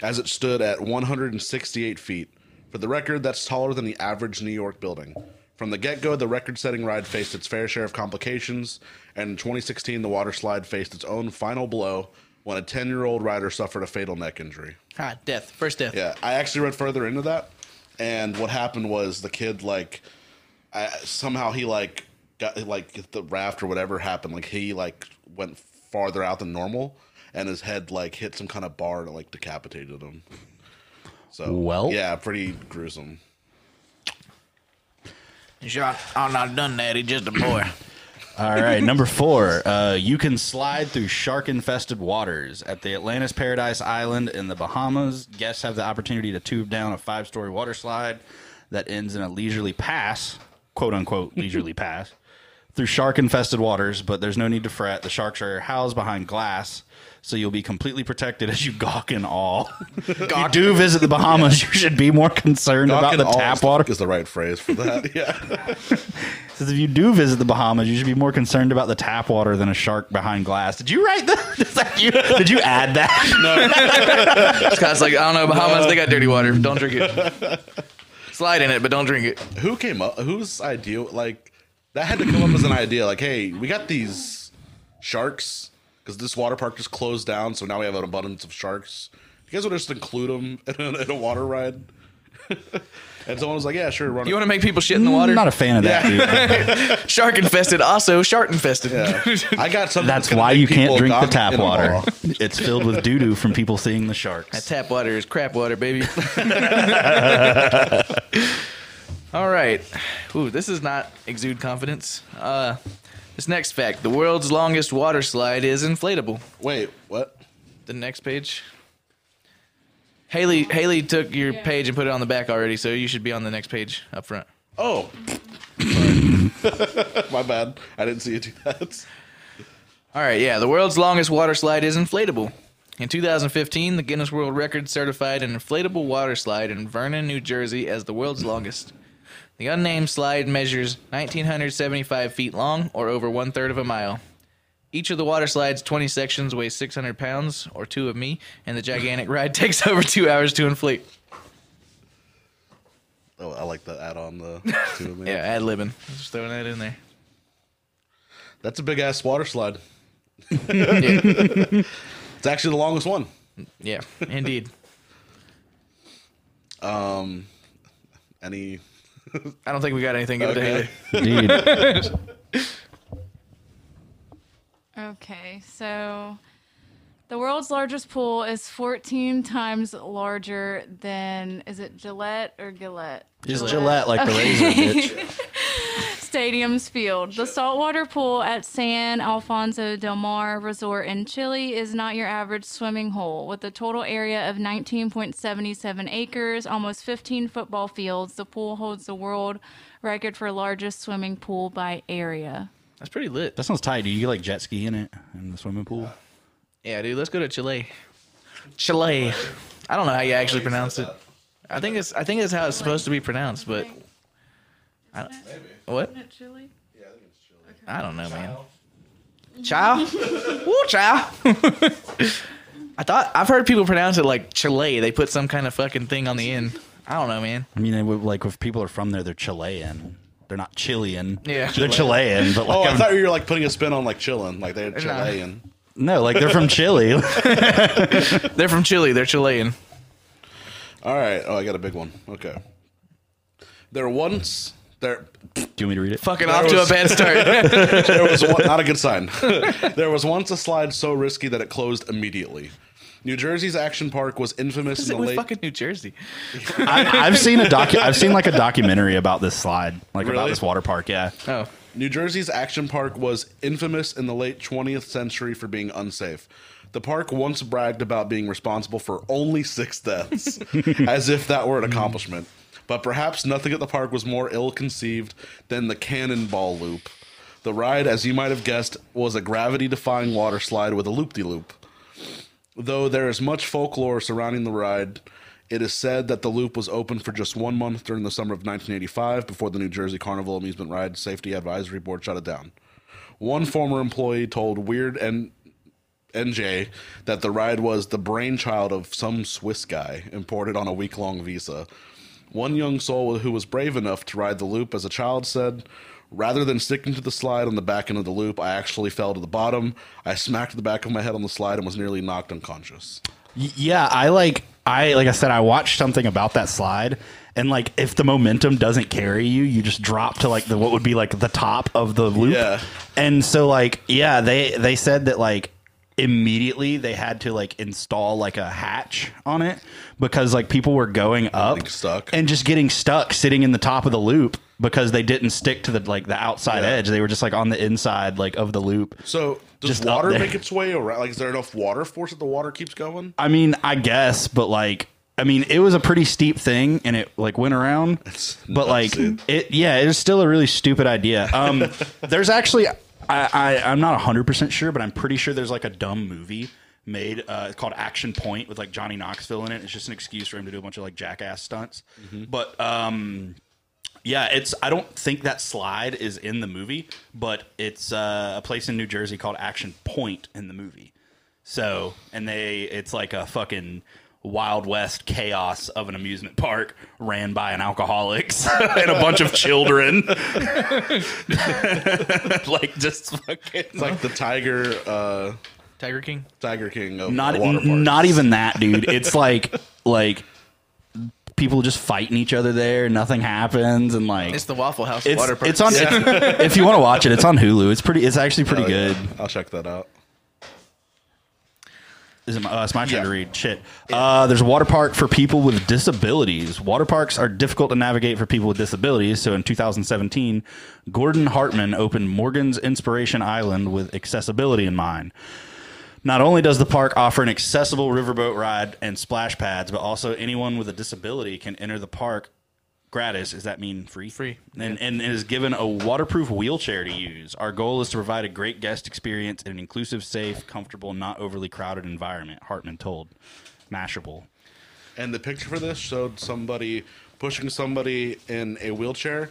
Speaker 5: as it stood at 168 feet. For the record, that's taller than the average New York building. From the get go, the record setting ride faced its fair share of complications, and in 2016, the water slide faced its own final blow when a 10 year old rider suffered a fatal neck injury.
Speaker 3: Ah, death. First death.
Speaker 5: Yeah, I actually read further into that, and what happened was the kid like I, somehow he like got like the raft or whatever happened. Like he like went farther out than normal, and his head like hit some kind of bar and like decapitated him. So
Speaker 2: Well.
Speaker 5: yeah, pretty gruesome.
Speaker 3: Jean, I'm not done that. He's just a <laughs> boy.
Speaker 2: All right, number four. Uh, you can slide through shark-infested waters at the Atlantis Paradise Island in the Bahamas. Guests have the opportunity to tube down a five-story water slide that ends in a leisurely pass, quote unquote
Speaker 5: <laughs>
Speaker 2: leisurely pass, through shark-infested waters. But there's no need to fret. The sharks are housed behind glass, so you'll be completely protected as you gawk in
Speaker 5: <laughs>
Speaker 2: awe. If you do visit the Bahamas. You should be more concerned
Speaker 5: Knocking
Speaker 2: about
Speaker 5: all
Speaker 2: the tap
Speaker 5: is the-
Speaker 2: water.
Speaker 5: is the right phrase for that. <laughs> yeah,
Speaker 2: Says if you do visit the Bahamas, you should be more concerned about the tap water than a shark behind glass. Did you write that? <laughs> Is that you? Did you add that?
Speaker 3: Scott's like, I don't know, Bahamas, they got dirty water. Don't drink it.
Speaker 2: <laughs>
Speaker 3: Slide in it, but don't drink it.
Speaker 5: who came up? Whose idea? Like that had to come up as an idea. Like, hey, we got these sharks because this water park just closed down, so now we have an abundance of sharks. You guys want to just include them <laughs> in a, in a water ride? <laughs> and someone was like, "Yeah, sure, run."
Speaker 3: You
Speaker 5: it.
Speaker 3: want to make people shit in the water?
Speaker 2: I'm Mm, not a fan of that. Dude.
Speaker 3: shark infested, also shark infested.
Speaker 5: Yeah. I got something.
Speaker 2: That's
Speaker 5: gonna
Speaker 2: why
Speaker 5: make
Speaker 2: you can't
Speaker 5: people
Speaker 2: drink the
Speaker 5: gawk
Speaker 2: tap
Speaker 5: in
Speaker 2: water.
Speaker 5: awe.
Speaker 2: It's filled with doo doo from people seeing the sharks.
Speaker 3: That tap water is crap water, baby. <laughs> All right. Ooh, this is not exude confidence. Uh, this next fact the world's longest water slide is inflatable.
Speaker 5: Wait, what?
Speaker 3: The next page. Haley, Haley took your page and put it on the back already, so you should be on the next page up front.
Speaker 2: <laughs>
Speaker 5: Oh, Sorry. my bad. I didn't see you do that. <laughs>
Speaker 3: All right, yeah, the world's longest water slide is inflatable. In 2015, the Guinness World Record certified an inflatable water slide in Vernon, New Jersey as the world's longest. The unnamed slide measures 1,975 feet long, or over one third of a mile. Each of the water slide's 20 sections weighs 600 pounds, or two of me, and the gigantic ride <laughs> takes over two hours to inflate.
Speaker 5: Oh, I like the add-on. The
Speaker 2: <laughs>
Speaker 5: two of me.
Speaker 3: Yeah, ad libbing. Just throwing that in there.
Speaker 5: That's a big ass water slide.
Speaker 3: Yeah,
Speaker 5: It's actually the longest one.
Speaker 3: yeah indeed.
Speaker 5: Any
Speaker 3: I don't think we got anything good to Haley.
Speaker 2: Dude,
Speaker 4: Okay, so the world's largest pool is 14 times larger than is it Gillette or Gillette?
Speaker 2: <laughs> just Gillette like the razor, bitch.
Speaker 4: Stadium's field. The saltwater pool at San Alfonso del Mar Resort in Chile is not your average swimming hole. With a total area of 19.77 acres, almost 15 football fields, the pool holds the world record for largest swimming pool by area.
Speaker 3: That's pretty lit.
Speaker 2: That sounds tight. Do you like jet ski in it in the swimming pool?
Speaker 3: Yeah, dude, let's go to Chile. Chile. I don't know how you actually pronounce it. I think it's I think it's how it's supposed to be pronounced, but I don't, what?
Speaker 4: Chile?
Speaker 3: I don't know, man. Chow? Woo, chow. <laughs> I thought I've heard people pronounce it like Chile. They put some kind of fucking thing on the end. I don't know, man.
Speaker 2: I mean, they would- like if people are from there, they're Chilean. They're not Chilean.
Speaker 3: Yeah.
Speaker 2: they're Chilean. But like,
Speaker 5: Oh, I
Speaker 2: I'm-
Speaker 5: thought you were like putting a spin on like chilling, like they're Chilean.
Speaker 2: no, like they're from Chile. <laughs>
Speaker 3: They're from Chile. They're Chilean.
Speaker 5: All right. Oh, I got a big one. Okay. There once there
Speaker 2: Do you want me to read it?
Speaker 3: Fucking
Speaker 5: That
Speaker 3: off to a
Speaker 5: was-
Speaker 2: <laughs>
Speaker 3: bad start. <laughs>
Speaker 5: there was one, not a good sign. <laughs> there was once a slide so risky that it closed immediately. New Jersey's Action Park was infamous in
Speaker 3: It
Speaker 5: the
Speaker 3: was
Speaker 5: late.
Speaker 3: fucking New Jersey.
Speaker 2: I, I've seen a docu- I've seen like a documentary about this slide, like about
Speaker 5: Really?
Speaker 2: this water park. Yeah,
Speaker 3: Oh.
Speaker 5: New Jersey's Action Park was infamous in the late 20th century for being unsafe. The park once bragged about being responsible for only six deaths, as if that were an accomplishment. But perhaps nothing at the park was more ill conceived than the cannonball loop. The ride, as you might have guessed, was a gravity defying water slide with a loop de loop. Though there is much folklore surrounding the ride, it is said that the loop was open for just one month during the summer of 1985 before the New Jersey Carnival Amusement Ride Safety Advisory Board shut it down. One former employee told Weird and NJ that the ride was the brainchild of some Swiss guy imported on a week long visa. One young soul who was brave enough to ride the loop as a child said, Rather than sticking to the slide on the back end of the loop, I actually fell to the bottom. I smacked the back of my head on the slide and was nearly knocked unconscious.
Speaker 2: Y- Yeah, I like I like I said I watched something about that slide and like if the momentum doesn't carry you, you just drop to like the what would be like the top of the loop.
Speaker 5: Yeah.
Speaker 2: And so like yeah, they they said that like immediately they had to like install like a hatch on it because like people were going up
Speaker 5: Getting stuck.
Speaker 2: and just getting stuck sitting in the top of the loop because they didn't stick to the like the outside
Speaker 5: Yeah.
Speaker 2: edge. They were just like on the inside like of the loop.
Speaker 5: So, does
Speaker 2: Just up
Speaker 5: water
Speaker 2: there.
Speaker 5: make its way around? Like, is there enough water force that the water keeps going?
Speaker 2: I mean, I guess, but like, I mean, it was a pretty steep thing, and it like went around. but
Speaker 5: nuts,
Speaker 2: like,
Speaker 5: dude.
Speaker 2: it yeah, it was still a really stupid idea.
Speaker 5: <laughs>
Speaker 2: Um, there's actually, I, I I'm not hundred percent sure, but I'm pretty sure there's like a dumb movie made uh, called Action Point with like Johnny Knoxville in it. It's just an excuse for him to do a bunch of like jackass stunts.
Speaker 5: Mm-hmm.
Speaker 2: But um, yeah, it's. I don't think that slide is in the movie, but it's uh, a place in New Jersey called Action Point in the movie. So, and they, it's like a fucking Wild West chaos of an amusement park ran by an alcoholic <laughs> and a bunch of children. <laughs> like just fucking.
Speaker 5: It's like the tiger, uh,
Speaker 3: Tiger King.
Speaker 5: Tiger King of
Speaker 2: Not, e-,
Speaker 5: water parks.
Speaker 2: not even that, dude. It's like, <laughs> like people just fighting each other there. Nothing happens. And like,
Speaker 3: It's the Waffle House
Speaker 2: it's,
Speaker 3: water park.
Speaker 2: it's on, if, if you want to watch it, it's on Hulu. It's pretty, it's actually pretty good.
Speaker 5: Oh, I'll check that out.
Speaker 2: Is it my, oh, it's my turn
Speaker 5: Yeah.
Speaker 2: to read. Shit. Uh, there's a water park for people with disabilities. Water parks are difficult to navigate for people with disabilities. So in 2017, Gordon Hartman opened Morgan's Inspiration Island with accessibility in mind. Not only does the park offer an accessible riverboat ride and splash pads, but also anyone with a disability can enter the park gratis. Does that mean free?
Speaker 3: Free.
Speaker 2: And, and is given a waterproof wheelchair to use. Our goal is to provide a great guest experience in an inclusive, safe, comfortable, not overly crowded environment, Hartman told Mashable.
Speaker 5: And the picture for this showed somebody pushing somebody in a wheelchair,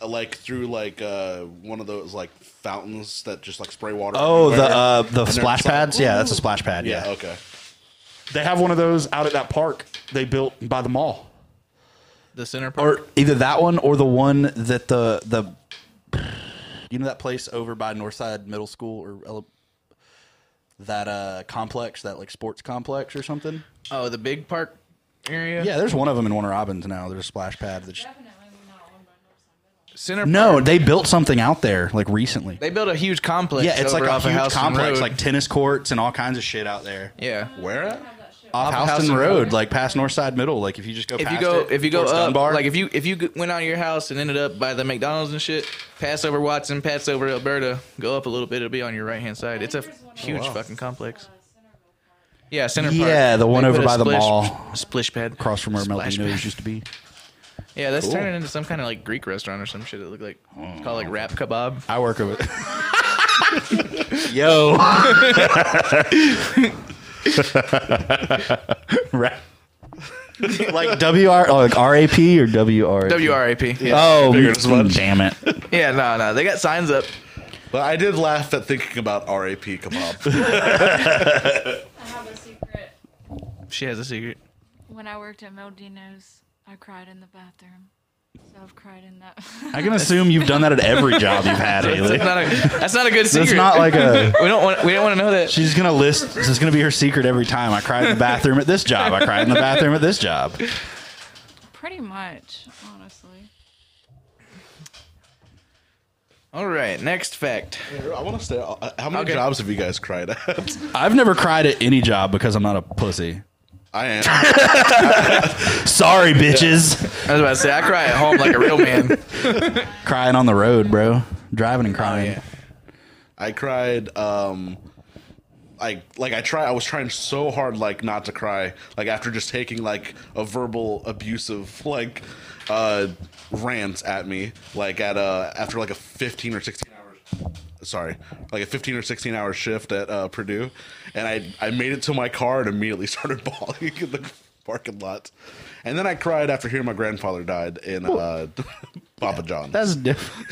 Speaker 5: uh, like through like uh, one of those like fountains that just like spray water.
Speaker 2: Oh, the
Speaker 5: everywhere.
Speaker 2: uh, the
Speaker 5: they're
Speaker 2: splash
Speaker 5: just like,
Speaker 2: pads? Yeah, that's a splash pad.
Speaker 5: yeah.
Speaker 2: Yeah.
Speaker 5: Okay.
Speaker 2: They have one of those out at that park they built by the mall.
Speaker 3: the center park.
Speaker 2: Or either that one or the one that the the you know that place over by Northside Middle School or ele- that uh complex, that like sports complex or something.
Speaker 3: oh, the big park area.
Speaker 2: Yeah, there's one of them in Warner Robins now. There's a splash pad that's
Speaker 3: Center.
Speaker 2: No,
Speaker 3: Park.
Speaker 2: they built something out there like recently.
Speaker 3: They built a huge complex.
Speaker 2: yeah, it's like
Speaker 3: over
Speaker 2: a
Speaker 3: off of
Speaker 2: huge
Speaker 3: Houston
Speaker 2: complex,
Speaker 3: Road.
Speaker 2: like tennis courts and all kinds of shit out there.
Speaker 3: yeah.
Speaker 5: Where at?
Speaker 2: Off
Speaker 3: of
Speaker 2: Houston,
Speaker 3: Houston
Speaker 2: Road,
Speaker 3: Road.
Speaker 2: like past Northside Middle. Like if you just go,
Speaker 3: If you
Speaker 2: past
Speaker 3: go,
Speaker 2: it
Speaker 3: if you go
Speaker 2: towards
Speaker 3: up,
Speaker 2: Dunbar.
Speaker 3: like if you if you g- went out of your house and ended up by the McDonald's and shit, pass over Watson, pass over Alberta, go up a little bit, it'll be on your right hand side. It's a huge fucking complex. Yeah, center park.
Speaker 2: Oh, Yeah, the one
Speaker 3: They
Speaker 2: over
Speaker 3: put a
Speaker 2: by the
Speaker 3: splish-
Speaker 2: mall.
Speaker 3: Splish pad
Speaker 2: across from where
Speaker 3: Splash
Speaker 2: Melvino's
Speaker 3: pad.
Speaker 2: used to be.
Speaker 3: Yeah, that's turning into some kind of like Greek restaurant or some shit. It looked like it's called like wrap kebab.
Speaker 2: I work <laughs> over it. <laughs> Yo. Ra- like WR like RAP or WR
Speaker 3: W R A P. Yeah,
Speaker 2: Oh,
Speaker 5: Figured as much.
Speaker 2: damn it.
Speaker 3: <laughs> yeah, no, no, they got signs up.
Speaker 5: But I did laugh at thinking about RAP
Speaker 2: <laughs>
Speaker 5: kebab.
Speaker 4: I have a secret.
Speaker 3: She has a secret.
Speaker 4: When I worked at Meldino's, I cried in the bathroom. So I've cried in that. <laughs>
Speaker 2: I can assume you've done that at every job you've had, Haley.
Speaker 3: That's not a, that's not a good secret.
Speaker 2: That's not like a
Speaker 3: we don't want we don't want to know
Speaker 2: <laughs>
Speaker 3: that.
Speaker 2: She's gonna list. This is gonna be her secret every time. I cried in the bathroom at this job. I cried in the bathroom at this job.
Speaker 4: Pretty much, honestly.
Speaker 3: All right, next fact.
Speaker 5: I want to say, uh, how many
Speaker 3: Okay.
Speaker 5: jobs have you guys cried
Speaker 2: <laughs>
Speaker 5: at?
Speaker 2: I've never cried at any job because I'm not a pussy.
Speaker 5: I am.
Speaker 2: Sorry, bitches.
Speaker 3: I was about to say I cry at home like a real <laughs> man.
Speaker 2: Crying on the
Speaker 3: Oh,
Speaker 2: road, bro. Driving and crying.
Speaker 5: I cried um, I like I try I was trying so hard like not to cry like after just taking like a verbal abusive <laughs> like uh rant at me like at uh after like a 15 or 16 hours sorry like a 15 or 16 hour shift at uh Purdue and I I made it to my car and immediately <laughs> started bawling in the parking lot and then I cried after hearing my grandfather died in uh <laughs> Papa John's
Speaker 2: That's different.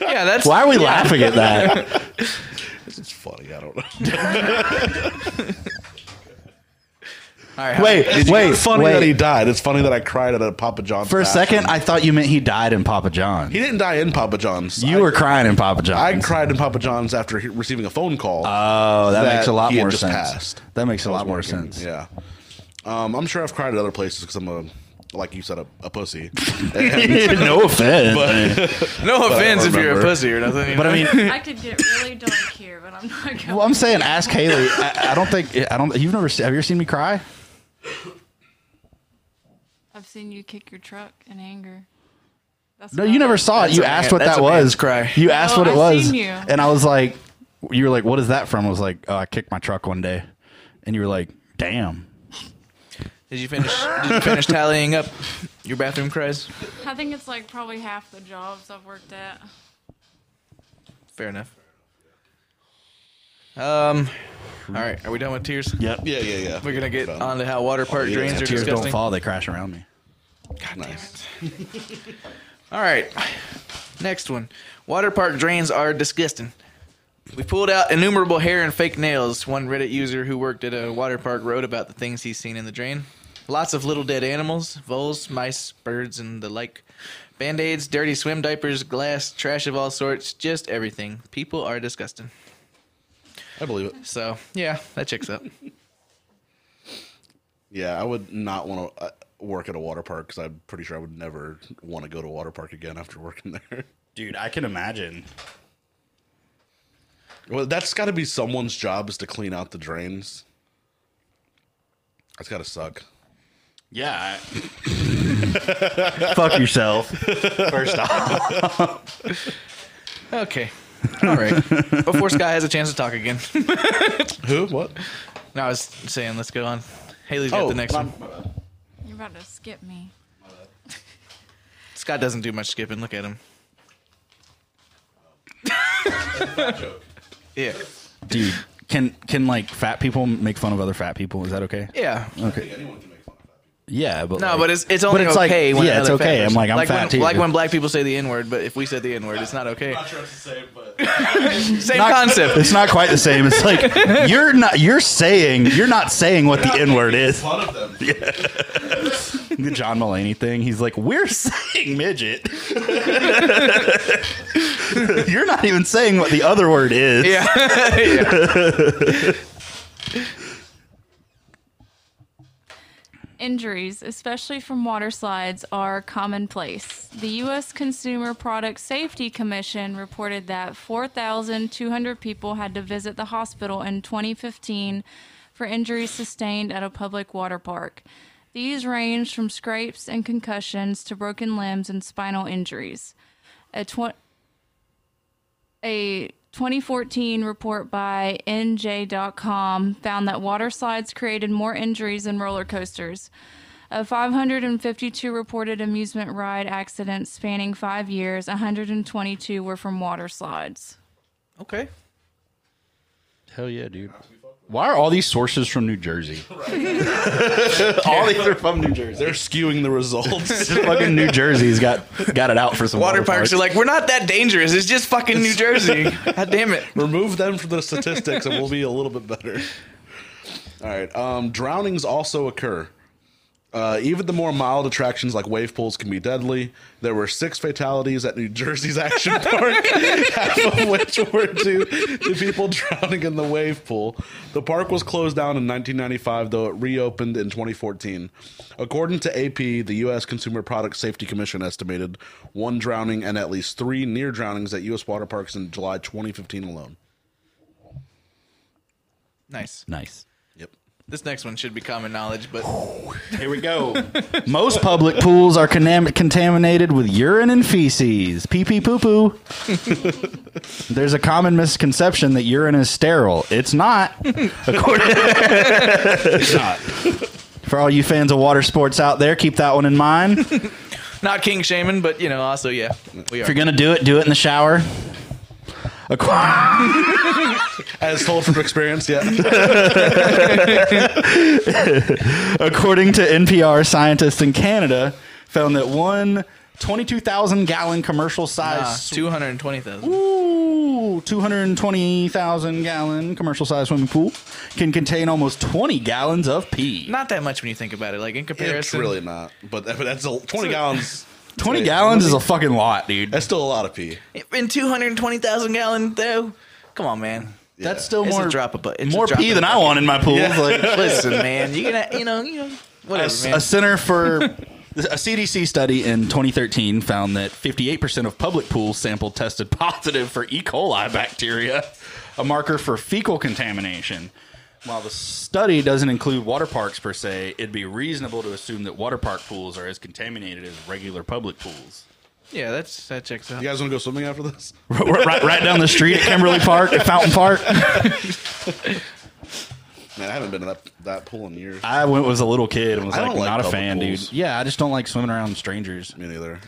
Speaker 3: Yeah, that's
Speaker 2: Why are <laughs> we laughing at that? <laughs>
Speaker 5: it's funny I don't know
Speaker 3: All right, how-
Speaker 2: wait, wait,
Speaker 5: funny
Speaker 2: wait.
Speaker 5: that he died. It's funny that I cried at a Papa John's.
Speaker 2: <laughs> For a
Speaker 5: bathroom.
Speaker 2: second, I thought you meant he died in Papa John.
Speaker 5: he didn't die in Papa John's.
Speaker 2: you
Speaker 5: I,
Speaker 2: were crying in Papa John.
Speaker 5: I cried in Papa John's after he, receiving a phone call.
Speaker 2: Oh, that,
Speaker 5: that
Speaker 2: makes a lot
Speaker 5: he had
Speaker 2: more
Speaker 5: just
Speaker 2: sense.
Speaker 5: passed.
Speaker 2: That makes a
Speaker 5: I was
Speaker 2: lot more
Speaker 5: working.
Speaker 2: sense.
Speaker 5: Yeah, um, I'm sure I've cried at other places because I'm a, like you said, a,
Speaker 2: <laughs>
Speaker 5: a pussy. <laughs> And-
Speaker 2: no offense.
Speaker 3: no offense if you're a
Speaker 5: remember.
Speaker 3: pussy or nothing. you
Speaker 2: but
Speaker 3: know?
Speaker 2: I mean,
Speaker 4: <laughs> I could get really dark here, but I'm not going.
Speaker 2: Well, I'm saying, ask Haley. I, I don't think I don't. You've never se- have you ever seen me cry?
Speaker 4: I've seen you kick your truck in anger. That's
Speaker 2: No,
Speaker 4: about
Speaker 2: you never
Speaker 4: it.
Speaker 2: saw it. You
Speaker 3: a man-
Speaker 2: asked what
Speaker 3: that's
Speaker 2: that
Speaker 3: a man's
Speaker 2: was.
Speaker 3: cry.
Speaker 2: You asked
Speaker 4: No,
Speaker 2: what it
Speaker 4: Oh, I've
Speaker 2: was,
Speaker 4: seen you.
Speaker 2: and I was like, you were like, what is that from? I was like, oh, I kicked my truck one day, and you were like, damn.
Speaker 3: did you finish? Did you finish tallying up your bathroom cries?
Speaker 4: I think it's like probably half the jobs I've worked at.
Speaker 3: Fair enough. Um. All right, are we done with tears?
Speaker 2: Yep.
Speaker 5: yeah, yeah, yeah.
Speaker 3: We're gonna get
Speaker 5: Done.
Speaker 3: on to how water park
Speaker 5: yeah,
Speaker 3: drains are
Speaker 5: tears
Speaker 2: Tears
Speaker 3: disgusting.
Speaker 2: don't fall; they crash around me.
Speaker 5: nice.
Speaker 3: All right. Next one. Water park drains are disgusting. We pulled out innumerable hair and fake nails. One Reddit user who worked at a water park wrote about the things he's seen in the drain. Lots of little dead animals, voles, mice, birds, and the like. Band aids, dirty swim diapers, glass, trash of all sorts, just everything. People are disgusting.
Speaker 5: I believe it.
Speaker 3: So, yeah, that checks out.
Speaker 5: Yeah, I would not want to uh, work at a water park because I'm pretty sure I would never want to go to a water park again after working <laughs> there.
Speaker 2: Dude, I can imagine.
Speaker 5: Well, that's got to be someone's job is to clean out the drains. That's got to suck.
Speaker 2: Yeah. Fuck yourself. <laughs> First off,
Speaker 3: Okay. All right. Before Sky has a chance to talk again. <laughs>
Speaker 5: Who? What? Oh,
Speaker 3: no, I was saying, let's go on. Haley's got the next one.
Speaker 4: You're about to skip me.
Speaker 3: Scott doesn't do much skipping. Look
Speaker 5: <laughs>
Speaker 3: at him. yeah.
Speaker 2: dude, can can like fat people make fun of other fat people? Is that okay?
Speaker 3: Yeah.
Speaker 2: Okay. Yeah, but
Speaker 3: No,
Speaker 2: like-
Speaker 3: but it's it's only
Speaker 2: but it's like-
Speaker 3: okay when
Speaker 2: yeah, it's
Speaker 3: another fat
Speaker 2: okay. I'm
Speaker 3: person-
Speaker 2: like, I'm
Speaker 3: when,
Speaker 2: fat too.
Speaker 3: Like when black people say the N word, but if we said the N word, it's not okay.
Speaker 5: sure what to say, but <laughs>
Speaker 3: Same
Speaker 2: Not-
Speaker 3: concept. <laughs>
Speaker 2: It's not quite the same. It's like you're not you're saying you're not saying what the N word is.
Speaker 5: fun of them.
Speaker 2: The John Mulaney thing. He's like, we're saying midget. <laughs> you're not even saying what the other word is.
Speaker 3: Yeah. yeah.
Speaker 4: Injuries, especially from water slides, are commonplace. The U.S. Consumer Product Safety Commission reported that 4,200 people had to visit the hospital in 2015 for injuries sustained at a public water park. These ranged from scrapes and concussions to broken limbs and spinal injuries. A tw- a 2014 report by NJ.com found that water slides created more injuries than roller coasters. Of 552 reported amusement ride accidents spanning five years, 122 were from water slides.
Speaker 3: Okay.
Speaker 2: Hell yeah, dude. Why are all these sources from New Jersey? all these are from New Jersey.
Speaker 5: They're skewing the results.
Speaker 2: Fucking New Jersey's got got it out for some
Speaker 3: Water parks are like, we're not that dangerous. It's just fucking New
Speaker 2: <laughs>
Speaker 3: Jersey. God damn it.
Speaker 5: <laughs> Remove them from the statistics, and we'll be a little bit better. All right. Um, drownings also occur. Uh, even the more mild attractions like wave pools can be deadly. There were six fatalities at New Jersey's Action Park, half of which were due to people drowning in the wave pool. The park was closed down in 1995, though it reopened in 2014. According to AP, the U.S. Consumer Product Safety Commission estimated one drowning and at least three near drownings at U.S. water parks in July 2015 alone.
Speaker 3: Nice.
Speaker 2: nice.
Speaker 5: Yep.
Speaker 3: This next one should be common knowledge, but
Speaker 2: Here we go. <laughs> Most public pools are conam- contaminated with urine and feces. Pee pee poo <laughs> poo. There's a common misconception that urine is sterile. It's <laughs> not. According-
Speaker 5: It's not.
Speaker 2: For all you fans of water sports out there, keep that one in mind. If
Speaker 3: not king shaman, but you know, also yeah, we are.
Speaker 2: you're gonna do it, do it in the shower. Acqu-
Speaker 5: As told from experience, yeah.
Speaker 2: According to NPR, scientists in Canada found that one 22,000 gallon commercial
Speaker 3: Uh,
Speaker 2: size
Speaker 3: two hundred twenty thousand.
Speaker 2: Ooh, 220,000 gallon commercial sized swimming pool can contain almost 20 gallons of pee.
Speaker 3: Not that much when you think about it. Like in
Speaker 5: it's
Speaker 3: comparison,
Speaker 5: really not. But, but that's a, 20 gallons.
Speaker 2: 20 gallons is a fucking lot, dude.
Speaker 5: That's still a lot of pee.
Speaker 3: in two hundred twenty thousand gallon though. Come on, man.
Speaker 2: That's still
Speaker 3: It's a
Speaker 2: more
Speaker 3: drop of bu- it's a
Speaker 2: more
Speaker 3: drop
Speaker 2: pee
Speaker 3: of
Speaker 2: than I
Speaker 3: bucket.
Speaker 2: want in my pool. Like,
Speaker 3: <laughs> Listen, man, you gonna you know you know
Speaker 2: a,
Speaker 3: whatever,
Speaker 2: s-
Speaker 3: man.
Speaker 2: a center for a CDC study in 2013 found that 58% of public pools sampled tested positive for E. coli bacteria, a marker for fecal contamination. While the study doesn't include water parks per se, it'd be reasonable to assume that water park pools are as contaminated as regular public pools.
Speaker 3: yeah, that's that checks out.
Speaker 5: You guys want to go swimming after this?
Speaker 2: right, right- right down the street at Kimberly Park, at Fountain Park.
Speaker 5: Man, I haven't been to that, that pool in years.
Speaker 2: I went was a little kid and was
Speaker 5: I
Speaker 2: like,
Speaker 5: don't like
Speaker 2: not a
Speaker 5: public
Speaker 2: fan,
Speaker 5: pools.
Speaker 2: dude. Yeah, I just don't like swimming around strangers.
Speaker 5: Me neither.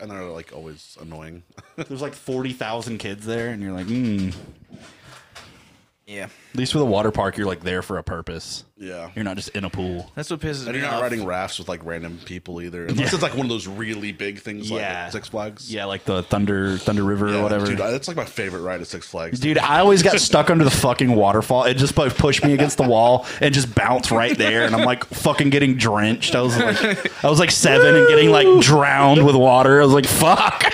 Speaker 5: And they're like always annoying.
Speaker 2: There's like 40,000 kids there, and you're like, hmm.
Speaker 3: Yeah,
Speaker 2: At least with a water park, you're like there for a purpose.
Speaker 5: <laughs> Yeah.
Speaker 2: You're not just in a pool.
Speaker 3: that's what pisses
Speaker 5: And
Speaker 3: me
Speaker 5: you're
Speaker 3: off.
Speaker 5: not riding rafts with like random people either. Unless it's like one of those really big things like
Speaker 2: Yeah.
Speaker 5: at Six Flags.
Speaker 2: Yeah, like the Thunder Thunder River
Speaker 5: Yeah,
Speaker 2: or whatever.
Speaker 5: Dude,
Speaker 2: Dude
Speaker 5: I-
Speaker 2: I,
Speaker 5: that's like my favorite ride at Six Flags.
Speaker 2: always got stuck under the fucking waterfall. It just like, pushed me against the wall and just bounced right there, and I'm like fucking getting drenched. I was like, I was like seven and getting like drowned with water. I was like, fuck.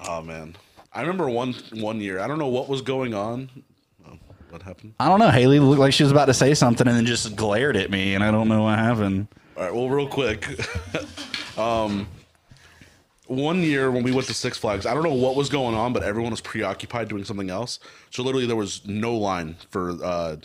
Speaker 5: Oh man, I remember one one year. I don't know what was going on. Oh, what happened?
Speaker 2: I don't know. Haley looked like she was about to say something and then just glared at me, and I don't know what happened.
Speaker 5: All right. Well, real quick. <laughs> um, one year when we went to Six Flags, I don't know what was going on, but everyone was preoccupied doing something else. So literally, there was no line for uh,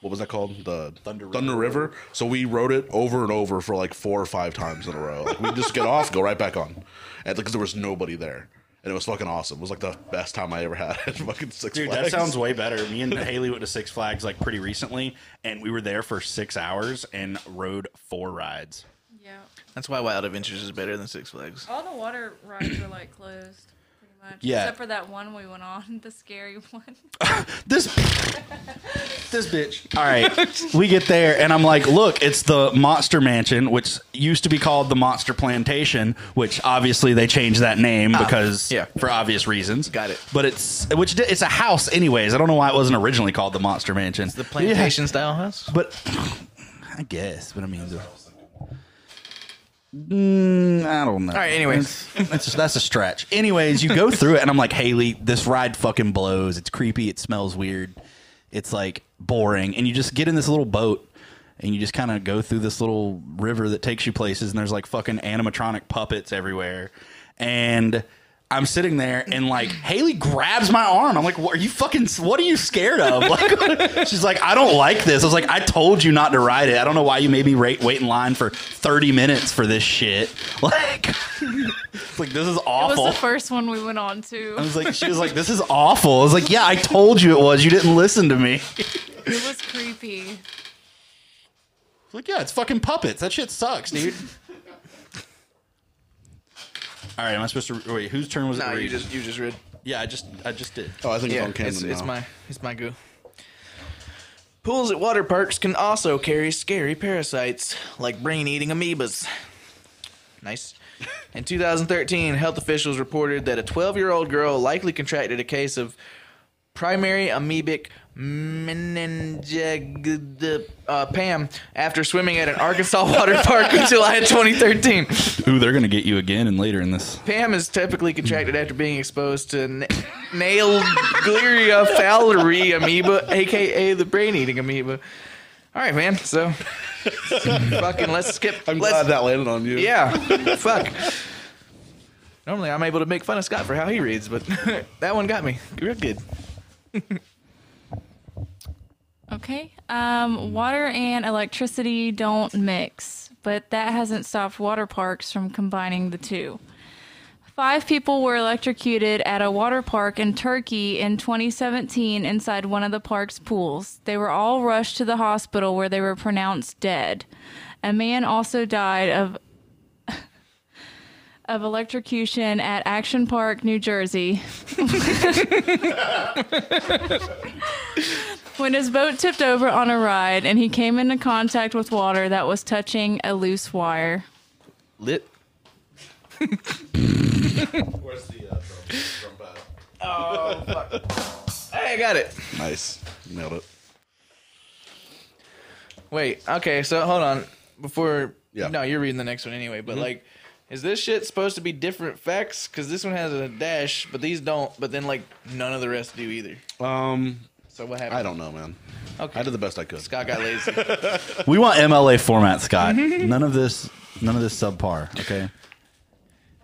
Speaker 5: what was that called? The Thunder River. So we rode it over and over for like four or five times in a row. Like, we just get off, go right back on, and because there was nobody there. And it was fucking awesome. It was like the best time I ever had <laughs> at fucking Six
Speaker 2: Dude,
Speaker 5: Flags.
Speaker 2: that
Speaker 5: <laughs>
Speaker 2: sounds way better. Me and Haley went to Six Flags like pretty recently, and we were there for six hours and rode four rides.
Speaker 4: Yeah.
Speaker 3: That's why Wild Adventures is better than Six Flags.
Speaker 4: All the water rides are like closed, pretty much.
Speaker 2: Yeah.
Speaker 4: Except for that one we went on, <laughs> the scary one.
Speaker 2: this <laughs> this bitch. All right, we get there, and I'm like, look, it's the Monster Mansion, which used to be called the Monster Plantation, which obviously they changed that name because
Speaker 3: Ah, yeah.
Speaker 2: for obvious reasons.
Speaker 3: Got it.
Speaker 2: But it's which di- it's a house, anyways. I don't know why it wasn't originally called the Monster Mansion.
Speaker 3: The plantation style house.
Speaker 2: but I guess. But I mean. the- Mm, I don't know. All
Speaker 3: right, anyways.
Speaker 2: <laughs> that's that's a stretch. Anyways, you go through it, and I'm like, Haley, this ride fucking blows. It's creepy. It smells weird. It's like boring. And you just get in this little boat, and you just kind of go through this little river that takes you places. And there's like fucking animatronic puppets everywhere. And I'm sitting there, and like Haley grabs my arm. I'm like, what are you fucking? What are you scared of? <laughs> Like, she's like, I don't like this. I was like, I told you not to ride it. I don't know why you made me wait, wait in line for 30 minutes for this shit. <laughs> Like. It's like this is
Speaker 4: It was
Speaker 2: awful.
Speaker 4: the first one we went on
Speaker 2: I
Speaker 4: to.
Speaker 2: was like, she was like, this is awful. I was like, yeah, I told you it was. You didn't listen to me. It's
Speaker 4: It was creepy.
Speaker 2: like, yeah, it's fucking puppets. That shit sucks, dude. All right, am I supposed to wait? Whose turn was it?
Speaker 3: No,
Speaker 2: to
Speaker 3: you
Speaker 2: read?
Speaker 3: just you just read.
Speaker 2: yeah, I just, I just did.
Speaker 5: Oh, I think
Speaker 3: Yeah,
Speaker 5: it's on Camden
Speaker 3: it's, it's
Speaker 5: now.
Speaker 3: my it's my goo. Pools at water parks can also carry scary parasites like brain-eating amoebas. Nice. In 2013, health officials reported that a 12-year-old girl likely contracted a case of primary amoebic meningitis uh, PAM after swimming at an Arkansas water <laughs> park in July of 2013.
Speaker 2: Ooh, they're gonna get you again and later in this.
Speaker 3: Pam is typically contracted after being exposed to na- Nailglia fowleri amoeba, aka the brain-eating amoeba. All right, man.
Speaker 5: <laughs>
Speaker 3: So, fucking let's skip.
Speaker 5: I'm
Speaker 3: let's,
Speaker 5: glad that landed on you.
Speaker 3: yeah, fuck. Normally, I'm able to make fun of Scott for how <laughs> he reads, but that one got me real good.
Speaker 4: Okay. Um, water and electricity don't mix, but that hasn't stopped water parks from combining the two. Five people were electrocuted at a water park in Turkey in 2017 inside one of the park's pools. They were all rushed to the hospital where they were pronounced dead. A man also died of <laughs> of electrocution at Action Park, New Jersey. when his boat tipped over on a ride and he came into contact with water that was touching a loose wire.
Speaker 3: Lit.
Speaker 5: Where's the uh, drum, drum pad?
Speaker 3: Hey, I got it.
Speaker 5: Nice. Nailed it.
Speaker 3: Wait. Okay. So hold on. Before.
Speaker 5: Yeah. Mm-hmm.
Speaker 3: No, you're reading the next one anyway. But like, is this shit supposed to be different facts? Because this one has a dash, but these don't. But then like none of the rest do either.
Speaker 5: Um,
Speaker 3: So what
Speaker 5: I
Speaker 3: happened?
Speaker 5: don't know, man.
Speaker 3: Okay.
Speaker 5: I did the best I could.
Speaker 3: Scott got lazy. <laughs>
Speaker 2: We want MLA format, Scott. none of this, none of this subpar. Okay.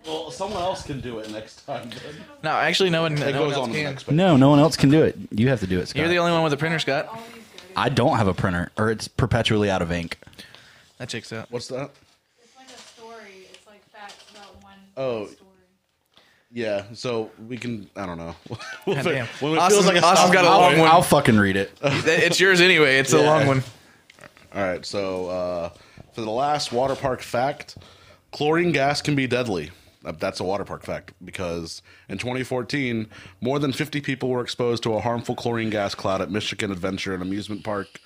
Speaker 5: Well, someone else can do it next time.
Speaker 3: <laughs> no, actually, no one.
Speaker 5: It
Speaker 3: no one
Speaker 5: goes
Speaker 3: else
Speaker 5: on to the
Speaker 3: can.
Speaker 5: next page.
Speaker 2: No, no one else can do it. You have to do it, Scott.
Speaker 3: You're the only one with a printer, Scott.
Speaker 2: I don't have a printer, or it's perpetually out of ink.
Speaker 3: That checks out.
Speaker 5: What's that?
Speaker 4: It's like a story. It's like facts about one
Speaker 5: Oh.
Speaker 4: story.
Speaker 5: Yeah, so we can. I don't know. <laughs> We'll
Speaker 3: God
Speaker 5: fi-
Speaker 3: damn.
Speaker 5: when it
Speaker 3: Austin-
Speaker 5: feels like a
Speaker 3: Austin's
Speaker 5: stop-
Speaker 3: got a
Speaker 2: I'll,
Speaker 3: long one.
Speaker 2: I'll fucking read it.
Speaker 3: it's yours anyway. It's a
Speaker 5: Yeah.
Speaker 3: long one.
Speaker 5: All right, so uh, for the last water park fact, chlorine gas can be deadly. Uh, That's a water park fact because in 2014, more than 50 people were exposed to a harmful chlorine gas cloud at Michigan Adventure, an amusement park,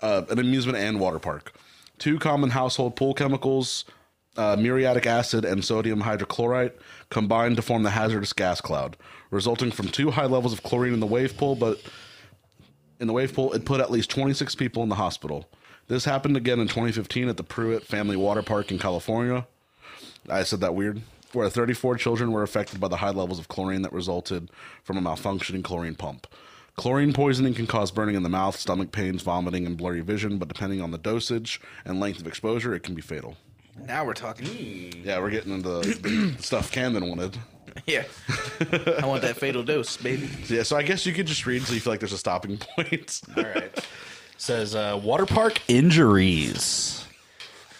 Speaker 5: uh, an amusement and water park. Two common household pool chemicals, uh, muriatic acid and sodium hydrochloride, combined to form the hazardous gas cloud, resulting from too high levels of chlorine in the wave pool, but in the wave pool, it put at least 26 people in the hospital. This happened again in 2015 at the Pruitt Family Water Park in California. I said that weird. Where 34 children were affected by the high levels of chlorine that resulted from a malfunctioning chlorine pump. Chlorine poisoning can cause burning in the mouth, stomach pains, vomiting, and blurry vision, but depending on the dosage and length of exposure, it can be fatal.
Speaker 3: Now we're talking.
Speaker 5: Yeah, we're getting into the, <coughs> the stuff Camden wanted.
Speaker 3: <laughs>
Speaker 5: <laughs>
Speaker 3: Yeah. I want that fatal dose, baby.
Speaker 5: Yeah, so I guess you could just read so you feel like there's a stopping <laughs> point.
Speaker 2: All right. Says uh, water park injuries.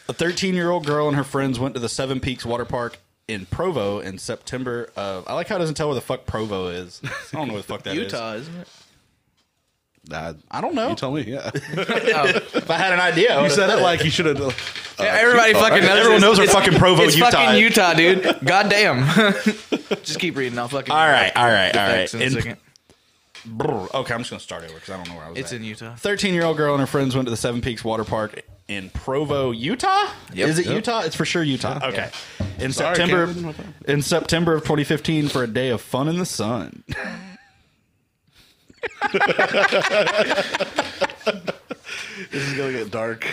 Speaker 2: A 13 year old girl and her friends went to the Seven Peaks Water Park in Provo in September of. I like how it doesn't tell where the fuck Provo is. I don't know where the fuck that is.
Speaker 3: Utah, isn't it?
Speaker 5: Nah,
Speaker 2: I don't know.
Speaker 5: you tell me, yeah.
Speaker 2: If I had an idea, I
Speaker 5: You
Speaker 2: would've-
Speaker 5: said it like you should have.
Speaker 3: Yeah, everybody fucking knows.
Speaker 2: Everyone
Speaker 3: it's-
Speaker 2: knows where
Speaker 3: it's-
Speaker 2: fucking Provo,
Speaker 3: it's
Speaker 2: Utah
Speaker 3: fucking
Speaker 2: is.
Speaker 3: Utah, dude. God damn. <laughs> Just keep reading. I'll fucking.
Speaker 2: All right, all right,
Speaker 3: get
Speaker 2: all
Speaker 3: facts
Speaker 2: right.
Speaker 3: in a
Speaker 2: In-
Speaker 3: second.
Speaker 2: Brr. Okay, I'm just gonna start over because I don't know where I was.
Speaker 3: It's
Speaker 2: at.
Speaker 3: in Utah.
Speaker 2: 13 year old girl and her friends went to the Seven Peaks Water Park in Provo, Utah.
Speaker 3: Yep.
Speaker 2: Is it
Speaker 3: Yep.
Speaker 2: Utah? It's for sure Utah. Okay. In
Speaker 5: Sorry,
Speaker 2: September
Speaker 5: Cameron.
Speaker 2: in September of 2015 for a day of fun in the sun.
Speaker 5: This is gonna get dark.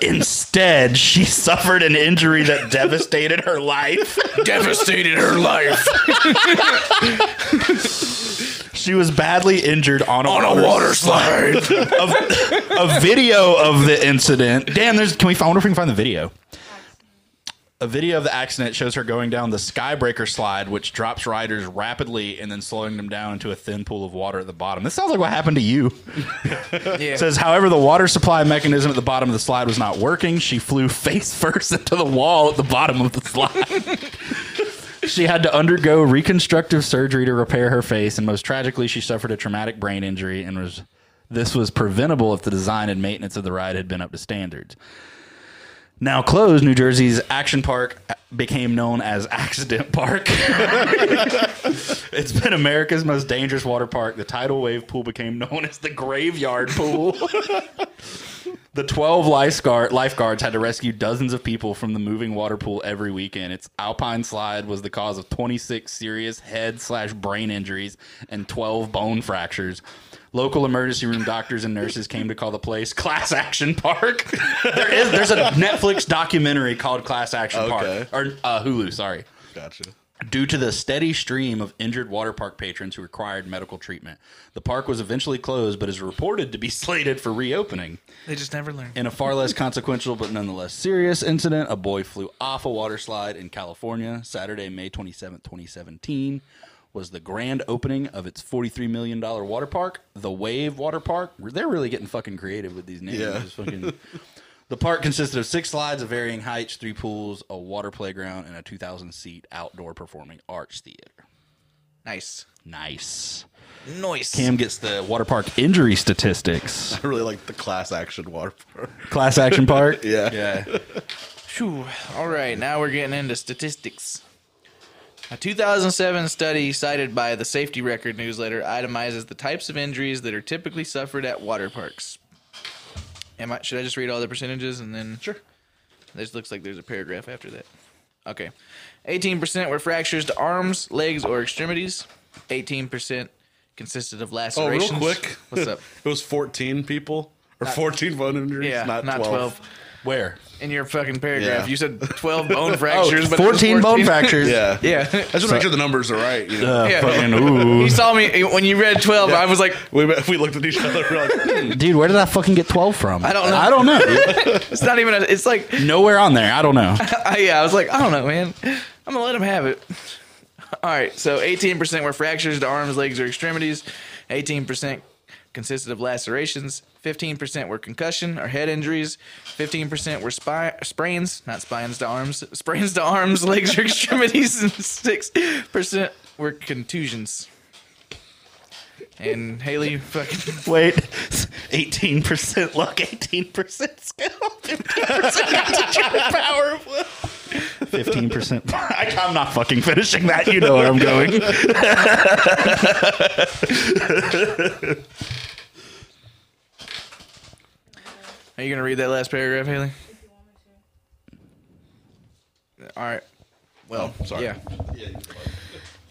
Speaker 2: <laughs> Instead, she suffered an injury that devastated her life.
Speaker 3: Devastated her life
Speaker 2: She was badly injured on a,
Speaker 3: slide.
Speaker 2: of, a video of the incident. Dan, there's. Can we? I wonder if we can find the video. A video of the accident shows her going down the skybreaker slide, which drops riders rapidly and then slowing them down into a thin pool of water at the bottom. This sounds like what happened to you.
Speaker 3: Yeah.
Speaker 2: It says, however, the water supply mechanism at the bottom of the slide was not working. She flew face <laughs> first into the wall at the bottom of the slide. <laughs> she had to undergo reconstructive surgery to repair her face, and most tragically, she suffered a traumatic brain injury and was. This was preventable if the design and maintenance of the ride had been up to standards. Now closed, New Jersey's Action Park became known as Accident Park. <laughs> It's been America's most dangerous water park. The tidal wave pool became known as the graveyard pool. <laughs> the 12 lifeguard, lifeguards had to rescue dozens of people from the moving water pool every weekend. Its alpine slide was the cause of 26 serious head slash brain injuries and 12 bone fractures. Local emergency room doctors and nurses came to call the place Class Action Park. <laughs> there is there's a Netflix documentary called Class Action
Speaker 5: Okay.
Speaker 2: Park or uh, Hulu, sorry
Speaker 5: Gotcha.
Speaker 2: due to the steady stream of injured water park patrons who required medical treatment. The park was eventually closed, but is reported to be <laughs> slated for reopening.
Speaker 3: they just never learn.
Speaker 2: In a far less consequential but nonetheless serious incident, a boy flew off a water slide in California Saturday, May 27, 2017. was the grand opening of its $43 million water park, the Wave Water Park. They're really getting fucking creative with these names.
Speaker 5: Yeah.
Speaker 2: It's fucking- <laughs> the park consisted of six slides of varying heights, three pools, a water playground, and a 2,000 seat outdoor performing arts theater.
Speaker 3: Nice.
Speaker 2: Nice.
Speaker 3: Nice.
Speaker 2: Cam gets the water park injury statistics.
Speaker 5: I really like the class action water
Speaker 3: <laughs>
Speaker 5: park.
Speaker 2: Class action park.
Speaker 5: <laughs> Yeah.
Speaker 2: Yeah.
Speaker 3: Phew. All right, now we're getting into statistics. A 2007 study cited by the Safety Record newsletter itemizes the types of injuries that are typically suffered at water parks. Am I, should I just read all the percentages and then? Sure. This looks like there's a paragraph after that. Okay. 18% were fractures to arms, legs, or extremities. 18% consisted of
Speaker 5: Oh, real
Speaker 3: lacerations.
Speaker 5: quick.
Speaker 3: What's <laughs> up?
Speaker 5: <laughs> it was 14 people or 14 bone injuries,
Speaker 3: Yeah,
Speaker 5: not, 12.
Speaker 2: Where?
Speaker 3: In your fucking paragraph,
Speaker 5: Yeah.
Speaker 3: you said 12 bone
Speaker 2: <laughs>
Speaker 3: fractures, but it was
Speaker 2: 14 Oh, bone
Speaker 3: <laughs> 14.
Speaker 2: fractures.
Speaker 5: Yeah.
Speaker 3: Yeah.
Speaker 5: I just want to make sure the numbers are right. You know?
Speaker 2: Uh,
Speaker 3: Yeah. <laughs>
Speaker 2: Fucking, ooh.
Speaker 3: You saw me when you read 12. I was like,
Speaker 5: we, we looked at each other. We're like, hmm,
Speaker 2: Dude, where did I fucking get 12 from? I
Speaker 3: don't know.
Speaker 2: I don't know.
Speaker 3: <laughs>
Speaker 2: dude.
Speaker 3: it's not even, a, it's like,
Speaker 2: Nowhere on there. I don't know.
Speaker 3: I, yeah, I was like, I don't know, man. I'm going to let him have it. All right. So 18% were fractures to arms, legs, or extremities. 18% consisted of lacerations. 15% were concussion or head injuries. 15% were spi- sprains, not spines to arms, sprains to arms, <laughs> legs, or extremities. And 6% were contusions. And Haley fucking
Speaker 2: Wait. 18% luck, 18% skill, 15% power of will. 15%. <laughs> I, I'm not fucking finishing that. You know where I'm <laughs> going.
Speaker 3: Are you gonna read that last paragraph, Haley? All right. Well,
Speaker 5: sorry.
Speaker 3: yeah.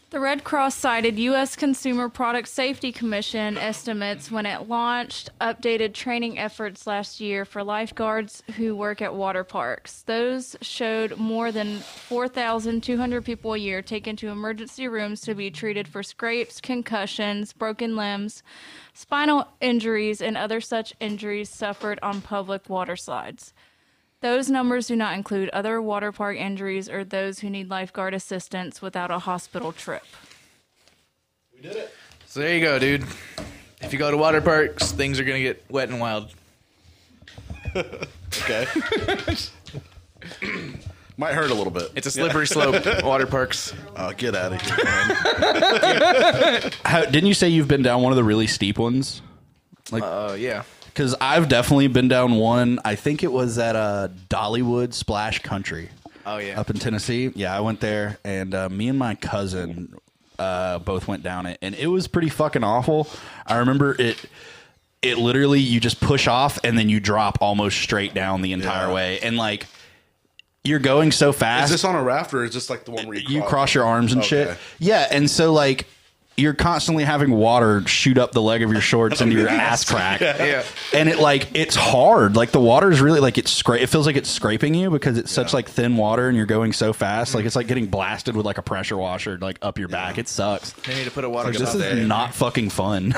Speaker 4: The Red Cross cited U.S. Consumer Product Safety Commission estimates when it launched updated training efforts last year for lifeguards who work at water parks. Those showed more than 4,200 people a year taken to emergency rooms to be treated for scrapes, concussions, broken limbs, spinal injuries, and other such injuries suffered on public water slides. Those numbers do not include other water park injuries or those who need lifeguard assistance without a hospital trip.
Speaker 3: So there you go, dude. If you go to water parks, things are gonna get wet and wild.
Speaker 5: okay. hmm,
Speaker 2: <laughs>
Speaker 5: <clears throat> Might hurt a little bit.
Speaker 3: It's a slippery slope. Water parks.
Speaker 5: Oh, get out of here.
Speaker 2: <laughs>
Speaker 5: man.
Speaker 2: How, didn't you say you've been down one of the really steep ones?
Speaker 3: Oh yeah.
Speaker 2: Because I've definitely been down one. I think it was at uh, Dollywood Splash Country.
Speaker 3: Oh, yeah.
Speaker 2: Up in Tennessee. Yeah, I went there, and uh, me and my cousin uh, both went down it, and it was pretty fucking awful. I remember it. It literally you just push off and then you drop almost straight down the entire
Speaker 5: Yeah.
Speaker 2: way, and like you're going so
Speaker 5: Is
Speaker 2: fast
Speaker 5: this on a raft or is this like the one where you,
Speaker 2: you cross your arms and shit.
Speaker 5: Okay.
Speaker 2: Yeah, and so like you're constantly having water shoot up the leg of your shorts into your ass crack.
Speaker 3: Yeah.
Speaker 2: And it like it's hard. Like the water's really like it's scra- it feels like it's scraping you because it's such like thin water and you're going so fast. Like it's like getting blasted with like a pressure washer like up your back. It sucks.
Speaker 3: They need to put a water.
Speaker 2: This
Speaker 3: stop
Speaker 2: is
Speaker 3: there.
Speaker 2: not fucking fun.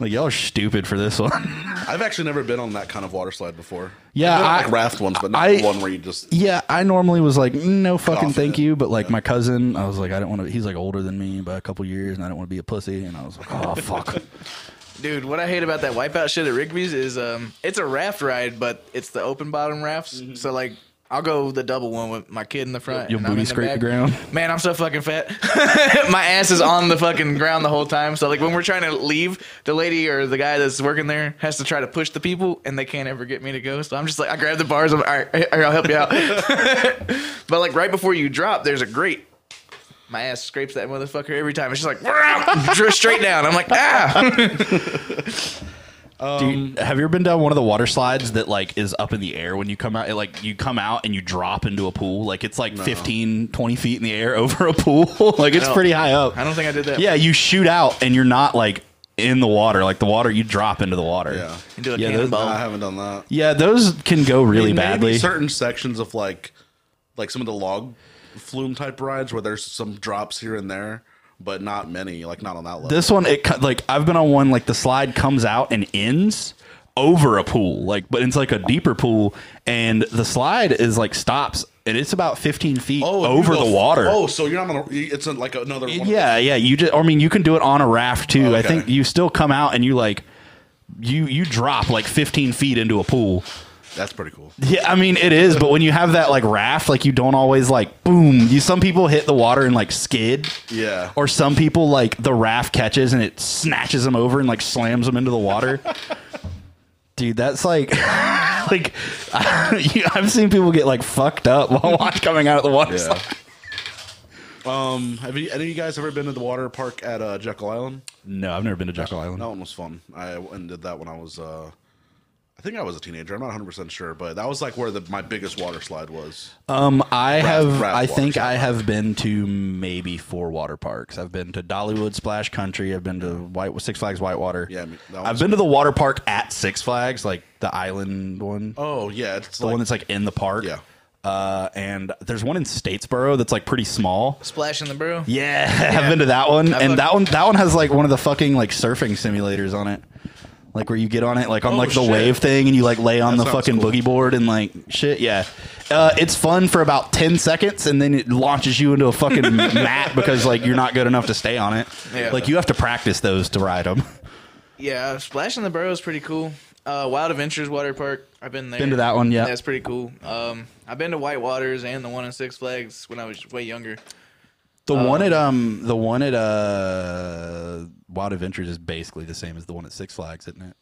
Speaker 2: like y'all are stupid for this one.
Speaker 5: I've actually never been on that kind of water slide before.
Speaker 2: Yeah,
Speaker 5: I've been on,
Speaker 2: I-
Speaker 5: like raft ones, but not
Speaker 2: I-
Speaker 5: the one where you just.
Speaker 2: Yeah, I normally was like, "Mm, no fucking
Speaker 5: off
Speaker 2: thank
Speaker 5: it.
Speaker 2: you. But like my cousin, I was like, I don't want to. He's like older than me by a couple years, and I don't want to be a pussy. And I was like, oh
Speaker 3: <laughs>
Speaker 2: fuck.
Speaker 3: Dude, what I hate about that wipeout shit at Rigby's is um, it's a raft ride, but it's the open bottom rafts. So like, I'll go the double one with my kid in the front.
Speaker 2: Your
Speaker 3: and I'm
Speaker 2: booty
Speaker 3: in the
Speaker 2: scrape the
Speaker 3: back.
Speaker 2: ground?
Speaker 3: Man, I'm so fucking fat. <laughs> my ass is on the fucking ground the whole time. So like, when we're trying to leave, the lady or the guy that's working there has to try to push the people, and they can't ever get me to go. So I'm just like, I grab the bars. I'm all right. Here, I'll help you out. but like right before you drop, there's a grate. My ass scrapes that motherfucker every time. It's just like <laughs> "Wah!" straight down. I'm like, ah.
Speaker 2: Do
Speaker 3: Um,
Speaker 2: you- have you ever been down one of the water slides that like is up in the air when you come out? It, like you come out and you drop into a pool. Like it's like fifteen, twenty 15, 20 feet in the air <laughs> over a pool. like it's
Speaker 3: No.
Speaker 2: pretty high up.
Speaker 3: I don't think I did that.
Speaker 2: Yeah, you shoot out and you're not like in the water. Like the water, you drop into the water.
Speaker 5: Yeah.
Speaker 3: Into a
Speaker 2: Yeah, those-
Speaker 5: No, I
Speaker 3: cannonball.
Speaker 5: haven't done that.
Speaker 2: Yeah, those can go really
Speaker 5: Maybe
Speaker 2: badly.
Speaker 5: Certain sections of like, like some of the log flume type rides where there's some drops here and there, but not many. Like not on that level.
Speaker 2: This one, it cut- like I've been on one like the slide comes out and ends over a pool, like but it's like a deeper pool, and the slide is like stops and it's about 15 feet
Speaker 5: Oh, if you
Speaker 2: over
Speaker 5: go
Speaker 2: the
Speaker 5: f-
Speaker 2: water.
Speaker 5: Oh, so you're not on a. It's a, like another. One of
Speaker 2: Yeah, yeah. You just, I mean, you can do it on a raft too. I
Speaker 5: Okay.
Speaker 2: think you still come out and you like, you you drop like 15 feet into a pool.
Speaker 5: those. That's pretty cool.
Speaker 2: Yeah, I mean it is, but when you have that like raft, like you don't always like boom. You some people hit the water and like skid.
Speaker 5: Yeah.
Speaker 2: Or some people like the raft catches and it snatches them over and like slams them into the
Speaker 5: <laughs>
Speaker 2: water. Dude, that's like <laughs> like you, I've seen people get like fucked up while <laughs> watch coming out of the water. It's
Speaker 5: Yeah.
Speaker 2: like-
Speaker 5: Um, have you, any of you guys ever been to the water park at uh, Jekyll Island?
Speaker 2: <laughs> No, I've never been to Jekyll Island.
Speaker 5: That one was fun. I went and did that when I was, uh, I think I was a teenager. I'm not 100 percent sure, but that was like where the, my biggest water slide was.
Speaker 2: Um, I have.
Speaker 5: raft
Speaker 2: I
Speaker 5: water
Speaker 2: think
Speaker 5: slide.
Speaker 2: I have been to maybe four water parks. I've been to Dollywood Splash Country. I've been to White Six Flags Whitewater.
Speaker 5: Yeah, I mean, that
Speaker 2: I've
Speaker 5: one's-
Speaker 2: been to the water park at Six Flags, like the island one,
Speaker 5: Oh yeah, it's
Speaker 2: the
Speaker 5: like,
Speaker 2: one that's like in the park.
Speaker 5: Yeah.
Speaker 2: Uh, and there's one in Statesboro that's like pretty small.
Speaker 3: Splash in the brew.
Speaker 2: Yeah, I've been to that one,
Speaker 3: I've
Speaker 2: and
Speaker 3: looked-
Speaker 2: that one that one has like one of the fucking like surfing simulators on it, like where you get on it like on
Speaker 5: Oh,
Speaker 2: like the
Speaker 5: shit.
Speaker 2: wave thing, and you like lay on
Speaker 5: That
Speaker 2: the
Speaker 5: sounds
Speaker 2: fucking
Speaker 5: cool.
Speaker 2: boogie board and like shit. Yeah, uh, it's fun for about ten seconds, and then it launches you into a fucking mat because like you're not good enough to stay on it.
Speaker 3: Yeah.
Speaker 2: Like you have to practice those to ride them.
Speaker 3: Yeah, Splash in the Burrow is pretty cool. Uh, Wild Adventures Water Park, I've been there.
Speaker 2: Been to that one, yeah.
Speaker 3: That's pretty cool. Um, I've been to White Waters and the one in Six Flags when I was way younger.
Speaker 2: The one at um the one at uh Wild Adventures is basically the same as the one at Six Flags, isn't it?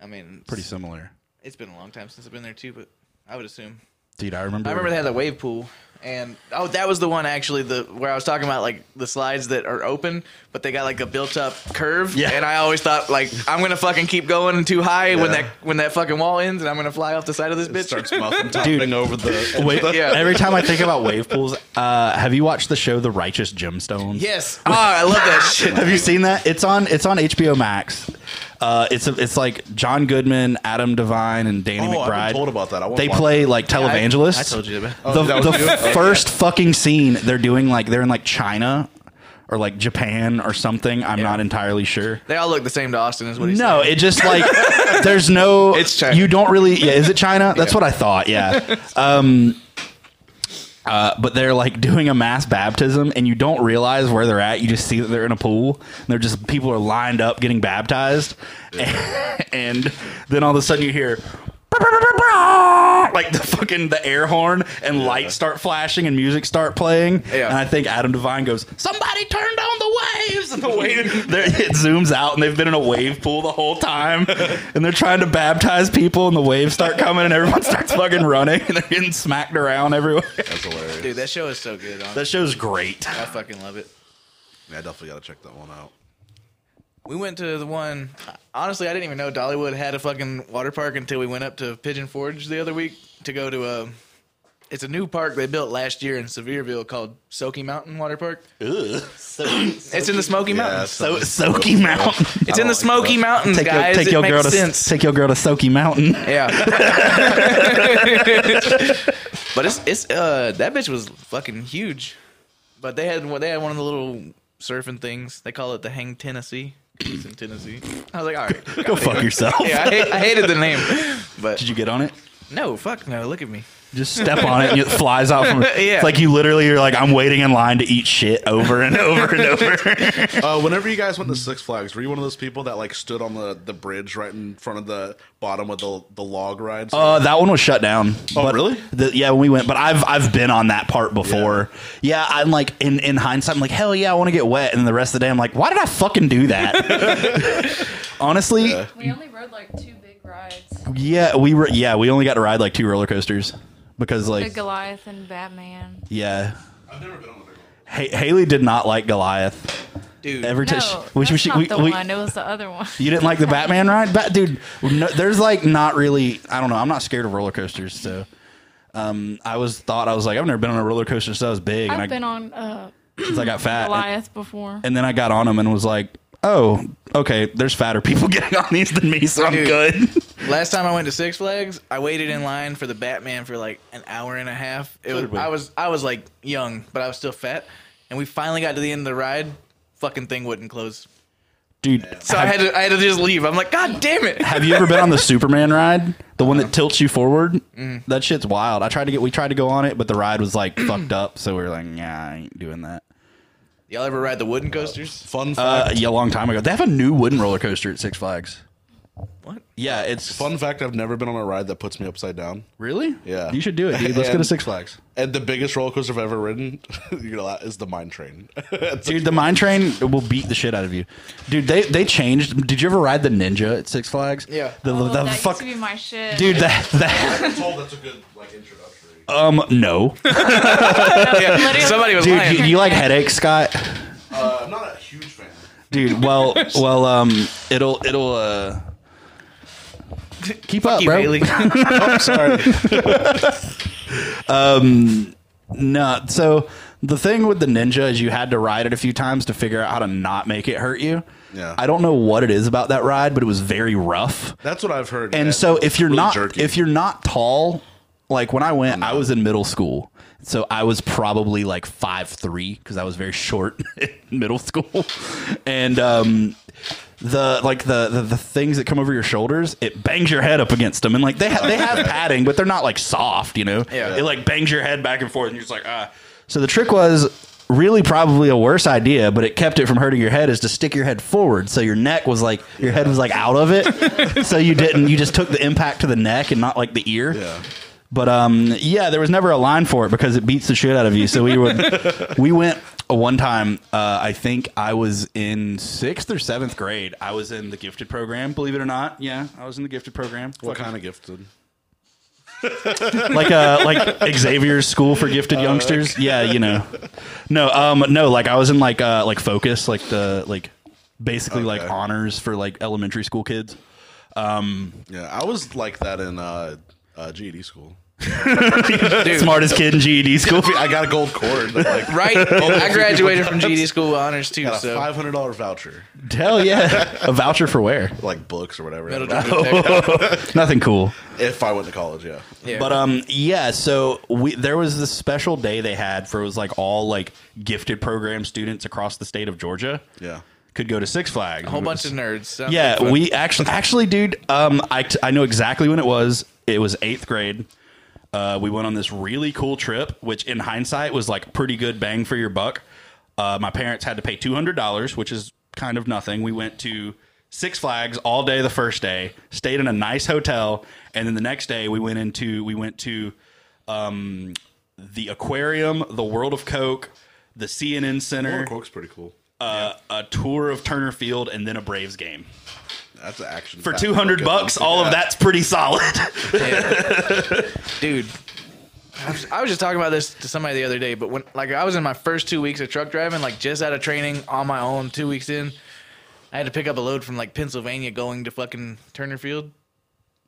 Speaker 3: I mean, it's-
Speaker 2: Pretty similar.
Speaker 3: It's been a long time since I've been there too, but I would assume.
Speaker 2: Dude, I remember.
Speaker 3: I remember they had that wave pool, and oh, that was the one actually the where I was talking about like the slides that are open, but they got like a built up curve.
Speaker 2: Yeah.
Speaker 3: And I always thought like I'm gonna fucking keep going too high when
Speaker 5: Yeah.
Speaker 3: that when that fucking wall ends, and I'm gonna fly off the side of this bitch.
Speaker 2: <laughs>
Speaker 5: starts muffin
Speaker 2: Dude.
Speaker 5: topping over the.
Speaker 2: Wait,
Speaker 3: Yeah.
Speaker 2: <laughs> every time I think about wave pools, uh, have you watched the show The Righteous Gemstones?
Speaker 3: yes. Oh, I
Speaker 2: <laughs>
Speaker 3: love that shit.
Speaker 2: Have you seen that? It's on it's on HBO Max. Uh, it's a, it's like John Goodman, Adam Devine, and Danny
Speaker 5: Oh,
Speaker 2: McBride.
Speaker 5: I've been told about that. I wanna
Speaker 2: they
Speaker 5: watch Oh,
Speaker 2: play like televangelists.
Speaker 3: I told you about.
Speaker 2: the
Speaker 5: that was
Speaker 2: the
Speaker 5: you? Okay.
Speaker 2: first fucking scene they're doing like they're in like China or like Japan or something. I'm not entirely sure.
Speaker 3: They all look the same to Austin, is what he's
Speaker 2: No,
Speaker 3: saying.
Speaker 2: it just like
Speaker 3: <laughs>
Speaker 2: there's no.
Speaker 3: It's China.
Speaker 2: You don't really. Yeah, is it China? That's what I thought.
Speaker 3: <laughs>
Speaker 2: Yeah. Um. Uh, but they're like doing a mass baptism, and you don't realize where they're at. You just see that they're in a pool. And they're just people are lined up getting baptized, <laughs> and, then all of a sudden you hear. Like the fucking the air horn and lights start flashing and music start playing,
Speaker 3: Yeah.
Speaker 2: and I think Adam Devine goes, "Somebody turned on the waves!" And the <laughs> wave, there- it zooms out, and they've been in a wave pool the whole time, and they're trying to baptize people, and the waves start coming, and everyone starts fucking running, <laughs> and they're getting smacked around everywhere.
Speaker 5: That's hilarious.
Speaker 3: Dude, that show is so good. Austin.
Speaker 2: That show's great.
Speaker 3: I fucking love it.
Speaker 5: Yeah, I definitely gotta check that one out.
Speaker 3: We went to the one. Honestly, I didn't even know Dollywood had a fucking water park until we went up to Pigeon Forge the other week to go to a. It's a new park they built last year in Sevierville called Soaky Mountain Water Park. It's in the Smoky Mountains.
Speaker 2: So Soaky Mountain.
Speaker 3: It's in the Smoky Mountains,
Speaker 2: <laughs> Take your,
Speaker 3: guys.
Speaker 2: take
Speaker 3: it
Speaker 2: your
Speaker 3: makes
Speaker 2: girl to
Speaker 3: sense.
Speaker 2: take your girl to Soaky Mountain.
Speaker 3: yeah. <laughs> but it's it's uh that bitch was fucking huge. But they had one- they had one of the little surfing things. They call it the Hang Tennessee. It's in Tennessee. I was like, all right.
Speaker 2: <laughs> Go fuck yourself.
Speaker 3: Yeah, I, hate, I hated the name,
Speaker 2: <laughs>
Speaker 3: but
Speaker 2: Did you get on it?
Speaker 3: no, fuck no. Look at me.
Speaker 2: Just step on it and it flies out <laughs> from
Speaker 3: Yeah.
Speaker 2: It's like you literally are like, I'm waiting in line to eat shit over and over and <laughs> over.
Speaker 5: Uh, whenever you guys went to Six Flags, were you one of those people that like stood on the, the bridge right in front of the bottom of the the log rides?
Speaker 2: Uh, that one was shut down.
Speaker 5: Oh,
Speaker 2: But
Speaker 5: really?
Speaker 2: the- yeah, when we went, but I've I've been on that part before. Yeah, I'm like in in hindsight, I'm like hell yeah, I want to get wet, and the rest of the day I'm like, why did I fucking do that? Honestly, yeah.
Speaker 4: We only rode like two big rides:
Speaker 2: we were yeah, we only got to ride like two roller coasters because
Speaker 4: the
Speaker 2: like
Speaker 4: Goliath and Batman.
Speaker 2: yeah,
Speaker 5: I've never been on the big one.
Speaker 2: H- Haley did not like Goliath.
Speaker 3: Dude,
Speaker 2: Every time,
Speaker 4: No,
Speaker 2: she-
Speaker 4: that's
Speaker 2: we, she-
Speaker 4: not
Speaker 2: we-
Speaker 4: the
Speaker 2: we-
Speaker 4: one. It was the other one.
Speaker 2: You didn't like the Batman ride, Bat, dude. No, there's like not really. I don't know. I'm not scared of roller coasters, so um, I was thought I was like I've never been on a roller coaster since I was big, and I,
Speaker 4: <laughs> I've been on uh,
Speaker 2: since I got fat. And,
Speaker 4: Goliath before.
Speaker 2: and then I got on them and was like, oh, okay. There's fatter people <laughs> getting on these than me, so I'm
Speaker 3: Dude.
Speaker 2: good.
Speaker 3: last time I went to Six Flags, I waited in line for the Batman for like an hour and a half. It was, I was I was like young, but I was still fat, and we finally got to the end of the ride. Fucking thing wouldn't close.
Speaker 2: dude.
Speaker 3: So I had to I had to just leave. I'm like, God damn it!
Speaker 2: Have you ever been on the Superman ride? The one that tilts you forward? That shit's wild. I tried to get we tried to go on it, but the ride was like <clears throat> fucked up, so we were like, yeah, I ain't doing that.
Speaker 3: Y'all ever ride the wooden coasters?
Speaker 5: Fun
Speaker 2: Uh,
Speaker 5: fact.
Speaker 2: yeah, a long time ago. They have a new wooden roller coaster at Six Flags.
Speaker 3: What?
Speaker 2: Yeah, it's
Speaker 5: Fun fact: I've never been on a ride that puts me upside down.
Speaker 2: Really?
Speaker 5: Yeah.
Speaker 2: You should do it, dude. Let's go to
Speaker 5: And-
Speaker 2: Six Flags.
Speaker 5: And the biggest roller coaster I've ever ridden, <laughs> you know, is the mine train. <laughs>
Speaker 2: Dude, the mine train will beat the shit out of you. Dude, they they changed. Did you ever ride the Ninja at Six Flags?
Speaker 3: Yeah.
Speaker 2: The,
Speaker 4: Oh,
Speaker 2: the
Speaker 4: that
Speaker 2: fuck,
Speaker 4: used to be my shit.
Speaker 2: dude. That that
Speaker 5: I'm told that's a good like introductory.
Speaker 2: um <laughs> no,
Speaker 4: Literally-
Speaker 3: Somebody was
Speaker 2: dude.
Speaker 3: lying.
Speaker 2: You, you like headaches, Scott?
Speaker 5: Uh, I'm not a huge fan.
Speaker 2: dude. <laughs> Well, well, um, it'll it'll uh keep up,
Speaker 3: Fuck you,
Speaker 2: bro.
Speaker 3: Bailey.
Speaker 2: No, so the thing with the ninja is you had to ride it a few times to figure out how to not make it hurt you.
Speaker 5: Yeah.
Speaker 2: I don't know what it is about that ride, but it was very rough.
Speaker 5: That's what I've heard.
Speaker 2: And
Speaker 5: man.
Speaker 2: so if you're
Speaker 5: Really
Speaker 2: not
Speaker 5: jerky.
Speaker 2: if you're not tall, like when I went, I was in middle school. So I was probably like five three because I was very short <laughs> in middle school. And um the like the, the the things that come over your shoulders, it bangs your head up against them, and like they ha- they have padding, but they're not like soft, you know.
Speaker 3: Yeah.
Speaker 2: It like bangs your head back and forth, and you're just like ah. So the trick was really probably a worse idea, but it kept it from hurting your head is to stick your head forward, so your neck was like your head was like out of it, so you didn't you just took the impact to the neck and not like the ear.
Speaker 5: Yeah.
Speaker 2: But um, yeah, there was never a line for it because it beats the shit out of you. So we
Speaker 5: <laughs>
Speaker 2: would, we went one time. Uh, I think I was in sixth or seventh grade. I was in the gifted program. Believe it or not, yeah, I was in the gifted program.
Speaker 5: what kind of gifted?
Speaker 2: Like
Speaker 5: <laughs>
Speaker 2: uh, like Xavier's School for
Speaker 5: Uh,
Speaker 2: Gifted Youngsters. Yeah, you know. No, um, no. Like I was in like uh, like focus, like the like basically like
Speaker 5: Okay.
Speaker 2: honors for like elementary school kids.
Speaker 5: Yeah, I was like that in uh, uh, GED school.
Speaker 2: Smartest kid in GED
Speaker 5: <laughs>
Speaker 2: school. <laughs>
Speaker 5: I got a gold cord, that,
Speaker 3: <laughs>
Speaker 5: like
Speaker 3: right? I graduated from GD school with honors too,
Speaker 5: got a
Speaker 3: so
Speaker 5: five hundred dollar voucher,
Speaker 2: Hell yeah, a voucher for where?
Speaker 5: like books or whatever. <laughs>
Speaker 3: metal drum detector.
Speaker 2: Nothing cool.
Speaker 5: If I went to college, yeah.
Speaker 3: Yeah.
Speaker 2: But um, yeah. So we there was this special day they had for it was like all like gifted program students across the state of Georgia
Speaker 5: Yeah.
Speaker 2: could go to Six Flags.
Speaker 3: a whole bunch of nerds. Sounds like
Speaker 2: Yeah,
Speaker 3: fun.
Speaker 2: we actually actually, dude. Um, I t- I know exactly when it was. It was eighth grade. Uh, we went on this really cool trip, which in hindsight was like pretty good bang for your buck. Uh, my parents had to pay two hundred dollars, which is kind of nothing. We went to Six Flags all day the first day, stayed in a nice hotel, and then the next day we went into we went to um, the aquarium, the World of Coke, the CNN Center,
Speaker 5: Gold cord's pretty cool.
Speaker 2: uh, a tour of Turner Field, and then a Braves game
Speaker 5: That's an action
Speaker 2: for 200 bucks all of that's pretty solid
Speaker 3: <laughs>
Speaker 2: <laughs>
Speaker 3: dude. I was- I was just talking about this to somebody the other day, but when like I was in my first two weeks of truck driving, like just out of training on my own, two weeks in, I had to pick up a load from like Pennsylvania going to fucking Turner Field.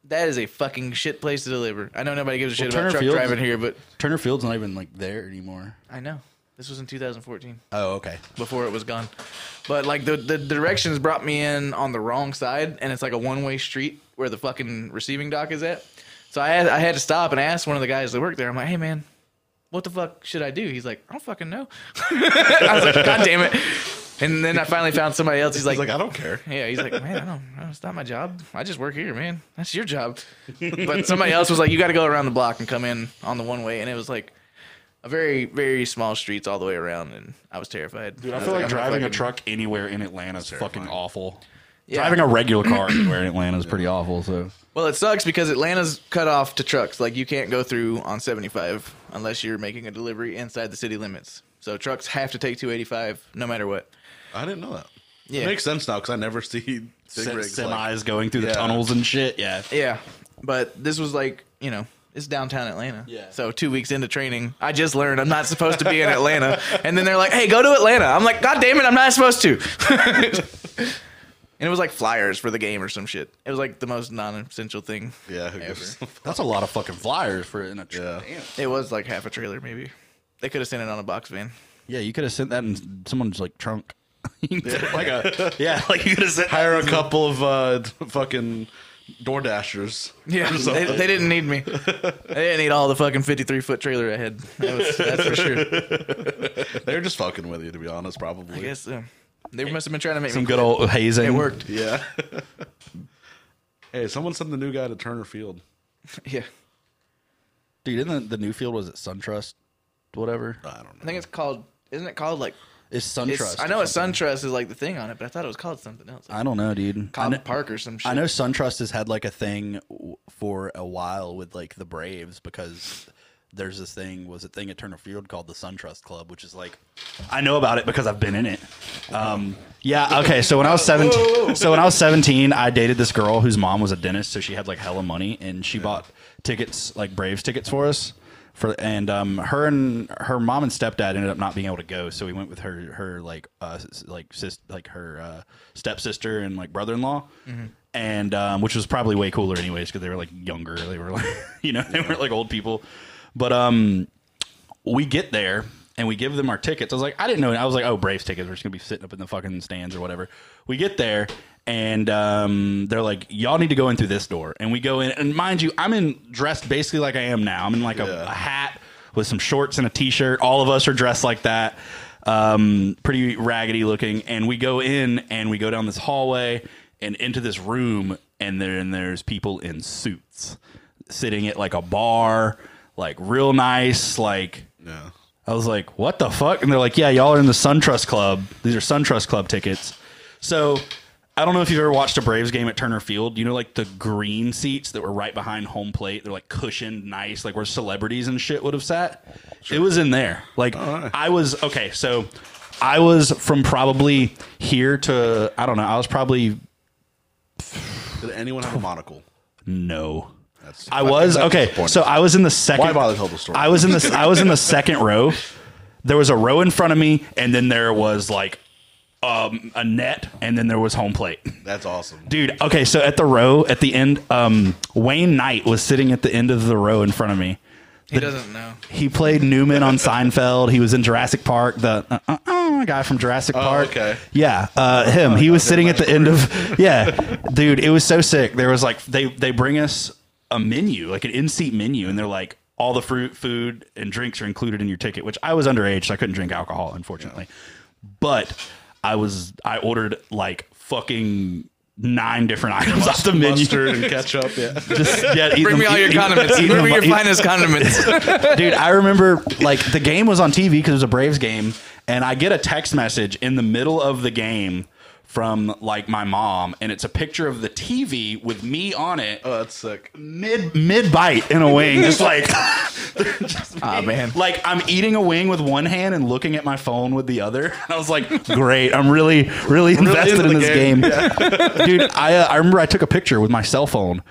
Speaker 3: That is a fucking shit place to deliver. I know nobody gives a shit
Speaker 2: Well,
Speaker 3: about
Speaker 2: Turner
Speaker 3: truck
Speaker 2: Field's-
Speaker 3: driving here, but
Speaker 2: turner field's not even like there anymore
Speaker 3: I know this was in 2014
Speaker 2: oh okay
Speaker 3: before it was gone. But like the the directions brought me in on the wrong side, and it's like a one way street where the fucking receiving dock is at. So I had, I had to stop and ask one of the guys that worked there. I'm like, hey man, what the fuck should I do? He's like, I don't fucking know. <laughs> I was like, god damn it. And then I finally found somebody else. He's like,
Speaker 5: He's like, I don't care.
Speaker 3: yeah, he's like, man, I don't, know. it's not my job. I just work here, man. That's
Speaker 2: <laughs>
Speaker 3: your job. But somebody else was like, you got to go around the block and come in on the one way, and it was like a very, very small streets all the way around, and I was terrified.
Speaker 2: dude i
Speaker 3: was
Speaker 2: feel like
Speaker 3: I'm not
Speaker 2: driving a
Speaker 3: fucking-
Speaker 2: truck anywhere in atlanta is fucking awful
Speaker 3: Yeah.
Speaker 2: driving a regular car anywhere in atlanta is pretty awful so
Speaker 3: Well, it sucks because Atlanta's cut off to trucks. Like you can't go through on 75 unless you're making a delivery inside the city limits. So trucks have to take 285 no matter what.
Speaker 5: I didn't know that.
Speaker 3: Yeah.
Speaker 5: It makes sense now because I never see big rigs
Speaker 2: semis
Speaker 5: like-
Speaker 2: going through the
Speaker 5: Yeah.
Speaker 2: tunnels and shit yeah
Speaker 3: Yeah, but this was like you know it's downtown Atlanta.
Speaker 2: Yeah.
Speaker 3: So two weeks into training, I just learned I'm not supposed to be in Atlanta, and then they're like, "Hey, go to Atlanta." I'm like, "God damn it, I'm not supposed to." <laughs> and it was like flyers for the game or some shit. It was like the most non-essential thing.
Speaker 5: yeah, who gives a
Speaker 2: that's a lot of fucking flyers for in a truck.
Speaker 5: Yeah.
Speaker 3: It was like half a trailer maybe. They could have sent it on a box van.
Speaker 2: yeah you could have sent that in someone's like trunk <laughs> like
Speaker 5: <laughs>
Speaker 2: a yeah like you could have sent
Speaker 5: hire a couple of uh, <laughs> fucking DoorDashers.
Speaker 3: Yeah, <laughs> they, they didn't need me. They didn't need all the fucking 53 foot trailer I had. That was, that's for sure.
Speaker 5: They're just fucking with you, to be honest. Probably.
Speaker 3: I guess. Um, They must have been trying to make
Speaker 2: Some
Speaker 3: me
Speaker 2: good old hazing.
Speaker 3: It worked.
Speaker 5: Yeah. <laughs> hey, someone sent the new guy to Turner Field.
Speaker 3: Yeah.
Speaker 2: Dude, isn't the, the new field was it SunTrust? Whatever.
Speaker 5: I don't
Speaker 3: I
Speaker 5: know.
Speaker 3: think it's called. Isn't it called like?
Speaker 2: It's
Speaker 3: It's,
Speaker 2: SunTrust.
Speaker 3: I
Speaker 2: or
Speaker 3: know it's
Speaker 2: something.
Speaker 3: SunTrust is like the thing on it, but I thought it was called something else. Like
Speaker 2: I don't know, dude. I
Speaker 3: Cobb
Speaker 2: know,
Speaker 3: Park or some shit.
Speaker 2: I know SunTrust has had like a thing w- for a while with like the Braves because there's this thing was a thing at Turner Field called the SunTrust Club, which is like I know about it because I've been in it. Um, yeah, okay. So when I was seventeen, so when I was seventeen, I dated this girl whose mom was a dentist, so she had like hella money, and she bought tickets like Braves tickets for us. For, and um, her and her mom and stepdad ended up not being able to go, so we went with her her like uh, s- like sis like her uh, stepsister and like brother in law, and um, which was probably way cooler anyways because they were like younger, they were like <laughs> you know they weren't like old people, but um we get there and we give them our tickets. I was like, I didn't know. I was like, oh, Braves tickets. We're just gonna be sitting up in the fucking stands or whatever. We get there and um, they're like, y'all need to go in through this door. And we go in, and mind you, I'm in dressed basically like I am now. I'm in like a, a hat with some shorts and a t-shirt. All of us are dressed like that, um, pretty raggedy looking. And we go in and we go down this hallway and into this room, and then there's people in suits sitting at like a bar, like real nice, like
Speaker 5: Yeah.
Speaker 2: I was like, what the fuck? And they're like, yeah, y'all are in the SunTrust Club. These are SunTrust Club tickets. So I don't know if you've ever watched a Braves game at Turner Field. You know, like the green seats that were right behind home plate. They're like cushioned, nice, like where celebrities and shit would have sat. It was in there. Like I was, okay, so I was from probably here to, I don't know, I was probably
Speaker 5: Did anyone have a monocle?
Speaker 2: no.
Speaker 5: That's
Speaker 2: I was
Speaker 5: that's
Speaker 2: okay.
Speaker 5: disappointing.
Speaker 2: So I was in the second.
Speaker 5: Why bother to tell the story?
Speaker 2: I was in
Speaker 5: <laughs>
Speaker 2: the I was in the second row. There was a row in front of me, and then there was like um, a net, and then there was home plate.
Speaker 5: That's awesome.
Speaker 2: Dude, okay, so at the row at the end, um, Wayne Knight was sitting at the end of the row in front of me.
Speaker 3: he
Speaker 2: <laughs>
Speaker 3: doesn't know. <laughs>
Speaker 2: He played Newman
Speaker 5: <laughs>
Speaker 2: on Seinfeld. He was in Jurassic Park. The uh, uh, uh, guy from Jurassic Park.
Speaker 5: Oh, okay. Oh,
Speaker 2: Yeah, uh, him. He was sitting at the end of. <laughs>
Speaker 5: <laughs>
Speaker 2: Yeah, dude, it was so sick. There was like they they bring us a menu, like an in seat menu, and they're like all the fruit, food, and drinks are included in your ticket. Which I was underage, so I couldn't drink alcohol, unfortunately. But I was I ordered like fucking nine different <laughs> items off the menu.
Speaker 5: Mustard and ketchup. Yeah.
Speaker 2: <laughs> Just, yeah, eating
Speaker 3: Bring
Speaker 2: them-
Speaker 3: me all
Speaker 2: eat-
Speaker 3: your
Speaker 2: eat-
Speaker 3: condiments.
Speaker 2: eating
Speaker 3: Bring me
Speaker 2: them-
Speaker 3: your
Speaker 2: eat- <laughs>
Speaker 3: finest condiments.
Speaker 2: dude i remember like the game was on tv because it was a braves game and i get a text message in the middle of the game from like my mom and it's a picture of the tv with me on it
Speaker 5: Oh, that's sick.
Speaker 2: mid mid bite in a wing just like <laughs>
Speaker 3: Ah man.
Speaker 2: like i'm eating a wing with one hand and looking at my phone with the other <laughs> i was like great i'm really really invested
Speaker 5: into
Speaker 2: in
Speaker 5: the
Speaker 2: this game, <laughs>
Speaker 5: game.
Speaker 2: dude I, uh, I remember i took a picture with my cell phone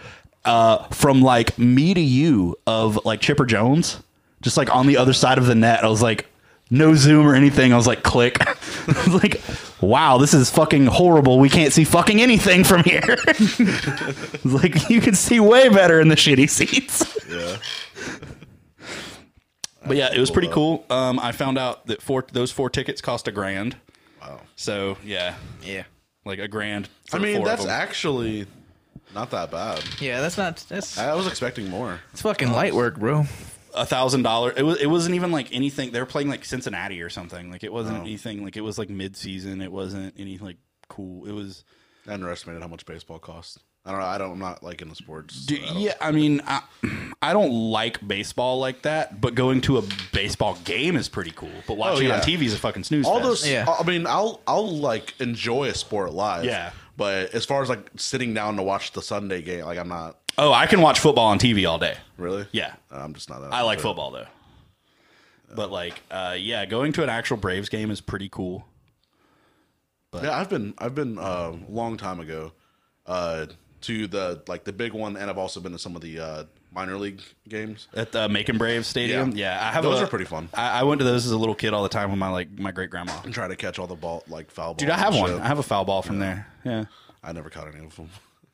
Speaker 2: uh, from like me to you of like chipper jones just like on the other side of the net i was like no zoom or anything i was like click <laughs> I was like wow this is fucking horrible we can't see fucking anything from here <laughs> It's <laughs> like you can see way better in the shitty seats
Speaker 5: Yeah.
Speaker 2: <laughs> But yeah, it was pretty cool. Um, I found out that four those four tickets cost a grand.
Speaker 5: Wow.
Speaker 2: So yeah,
Speaker 3: Yeah.
Speaker 2: like a grand. for
Speaker 5: I mean,
Speaker 2: four of
Speaker 5: that's
Speaker 2: them.
Speaker 5: actually not that bad.
Speaker 3: Yeah, that's not that's
Speaker 5: I was expecting more.
Speaker 3: it's fucking light work, bro.
Speaker 2: a thousand dollars. It was. It wasn't even like anything. They were playing like Cincinnati or something. Like it
Speaker 5: Oh.
Speaker 2: wasn't anything. Like it was like mid season. It wasn't any like cool. It was.
Speaker 5: I underestimated how much baseball costs. I don't know. I don't. I'm not like into sports. uh,
Speaker 2: Dude,
Speaker 5: so I don't-
Speaker 2: yeah, I mean, I, I don't like baseball like that, but going to a baseball game is pretty cool. But watching
Speaker 5: Oh, yeah.
Speaker 2: it on TV is a fucking snooze.
Speaker 5: All
Speaker 2: fest.
Speaker 5: those.
Speaker 3: Yeah.
Speaker 5: I mean, I'll I'll like enjoy a sport live.
Speaker 2: Yeah.
Speaker 5: But as far as like sitting down to watch the Sunday game, like I'm not
Speaker 2: Oh, I can watch football on TV all day.
Speaker 5: really. Uh,
Speaker 2: Yeah.
Speaker 5: I'm just not that.
Speaker 2: I like
Speaker 5: into it.
Speaker 2: football though. But like, uh, yeah, going to an actual Braves game is pretty cool.
Speaker 5: Yeah, I've been I've been uh, a long time ago uh, to the like the big one, and I've also been to some of the uh, minor league games.
Speaker 2: At the Macon Braves Stadium, yeah,
Speaker 5: Yeah.
Speaker 2: I have
Speaker 5: Those
Speaker 2: a-
Speaker 5: are pretty fun.
Speaker 2: I, I went to those as a little kid all the time with my like my great grandma.
Speaker 5: And try to catch all the ball like foul balls.
Speaker 2: Dude, I have
Speaker 5: and
Speaker 2: one.
Speaker 5: shit.
Speaker 2: I have a foul ball from there.
Speaker 5: I never caught any of them.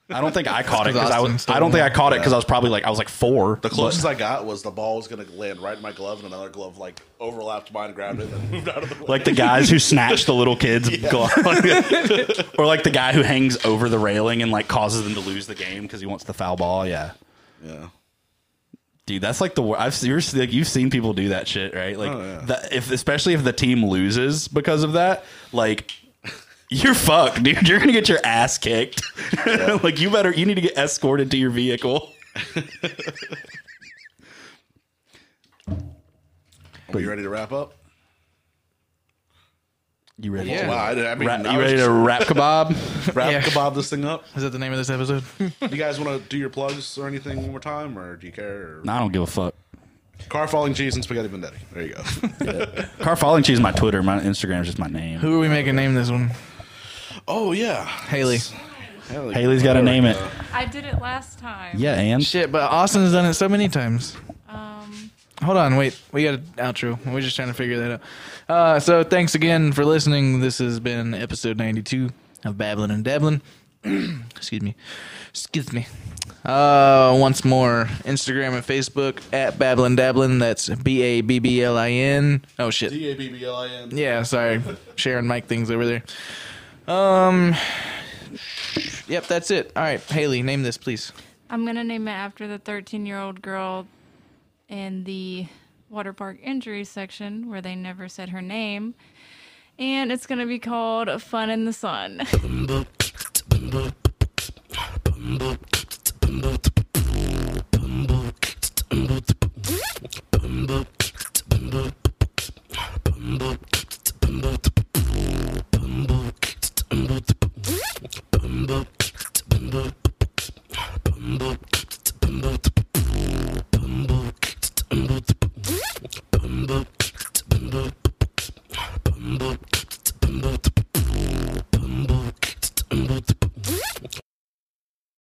Speaker 2: Yeah, I don't think I caught it
Speaker 3: 'cause
Speaker 2: because I
Speaker 3: Austin
Speaker 2: was.
Speaker 3: stole
Speaker 2: I don't think I
Speaker 3: one.
Speaker 2: caught it because I was probably like I was like four.
Speaker 5: The closest I got was the ball was gonna land right in my glove, and another glove like overlapped mine, grabbed it, and <laughs> moved out of the way.
Speaker 2: like the guys who snatch the little
Speaker 5: <laughs>
Speaker 2: kids, glove. <laughs> or like the guy who hangs over the railing and like causes them to lose the game because he wants the foul ball. Yeah.
Speaker 5: yeah.
Speaker 2: Dude, that's like the wor- I've you're, like you've seen people do that shit, right? Like
Speaker 5: Oh, yeah.
Speaker 2: the, if especially if the team loses because of that, like you're fucked, dude. You're gonna get your ass kicked. <laughs> like you better, you need to get escorted to your vehicle.
Speaker 5: But you ready to wrap up?
Speaker 2: You ready?
Speaker 3: Yeah.
Speaker 2: To
Speaker 5: Wow, I, didn't- I mean,
Speaker 2: ra-
Speaker 5: I
Speaker 2: you
Speaker 5: was
Speaker 2: ready to
Speaker 5: just- <laughs>
Speaker 2: wrap kebab?
Speaker 5: wrap
Speaker 3: Yeah.
Speaker 5: kebab this thing up?
Speaker 3: Is that the name of
Speaker 2: <laughs>
Speaker 3: this episode?
Speaker 5: Do you guys want to do your plugs or anything one more time, or do you care? Or...
Speaker 2: I don't give a fuck.
Speaker 5: Car falling cheese and spaghetti vendetti. There you go. <laughs>
Speaker 2: Car falling cheese is my Twitter. My Instagram is just my name.
Speaker 3: Who are we making name this one?
Speaker 5: oh yeah,
Speaker 3: Haley.
Speaker 2: Haley's got to name it.
Speaker 4: I did it last time.
Speaker 2: Yeah, and
Speaker 3: Shit, but Austin's done it so many times.
Speaker 4: Um,
Speaker 3: Hold on, wait. We got an outro. We're just trying to figure that out. Uh, so thanks again for listening. This has been episode 92 of Babbling and Dabbling. <clears throat> Excuse me. Excuse me. Uh, once more, Instagram and Facebook at Babblin' Dabblin. That's B A B B L I N. Oh shit.
Speaker 5: D A B B L I N.
Speaker 3: Yeah, sorry. Sharing mic things over there. Um. Yep, that's it. All right, Haley, name this, please.
Speaker 4: I'm gonna name it after the 13 year old girl in the water park injury section where they never said her name. And it's gonna be called Fun in the Sun. <laughs>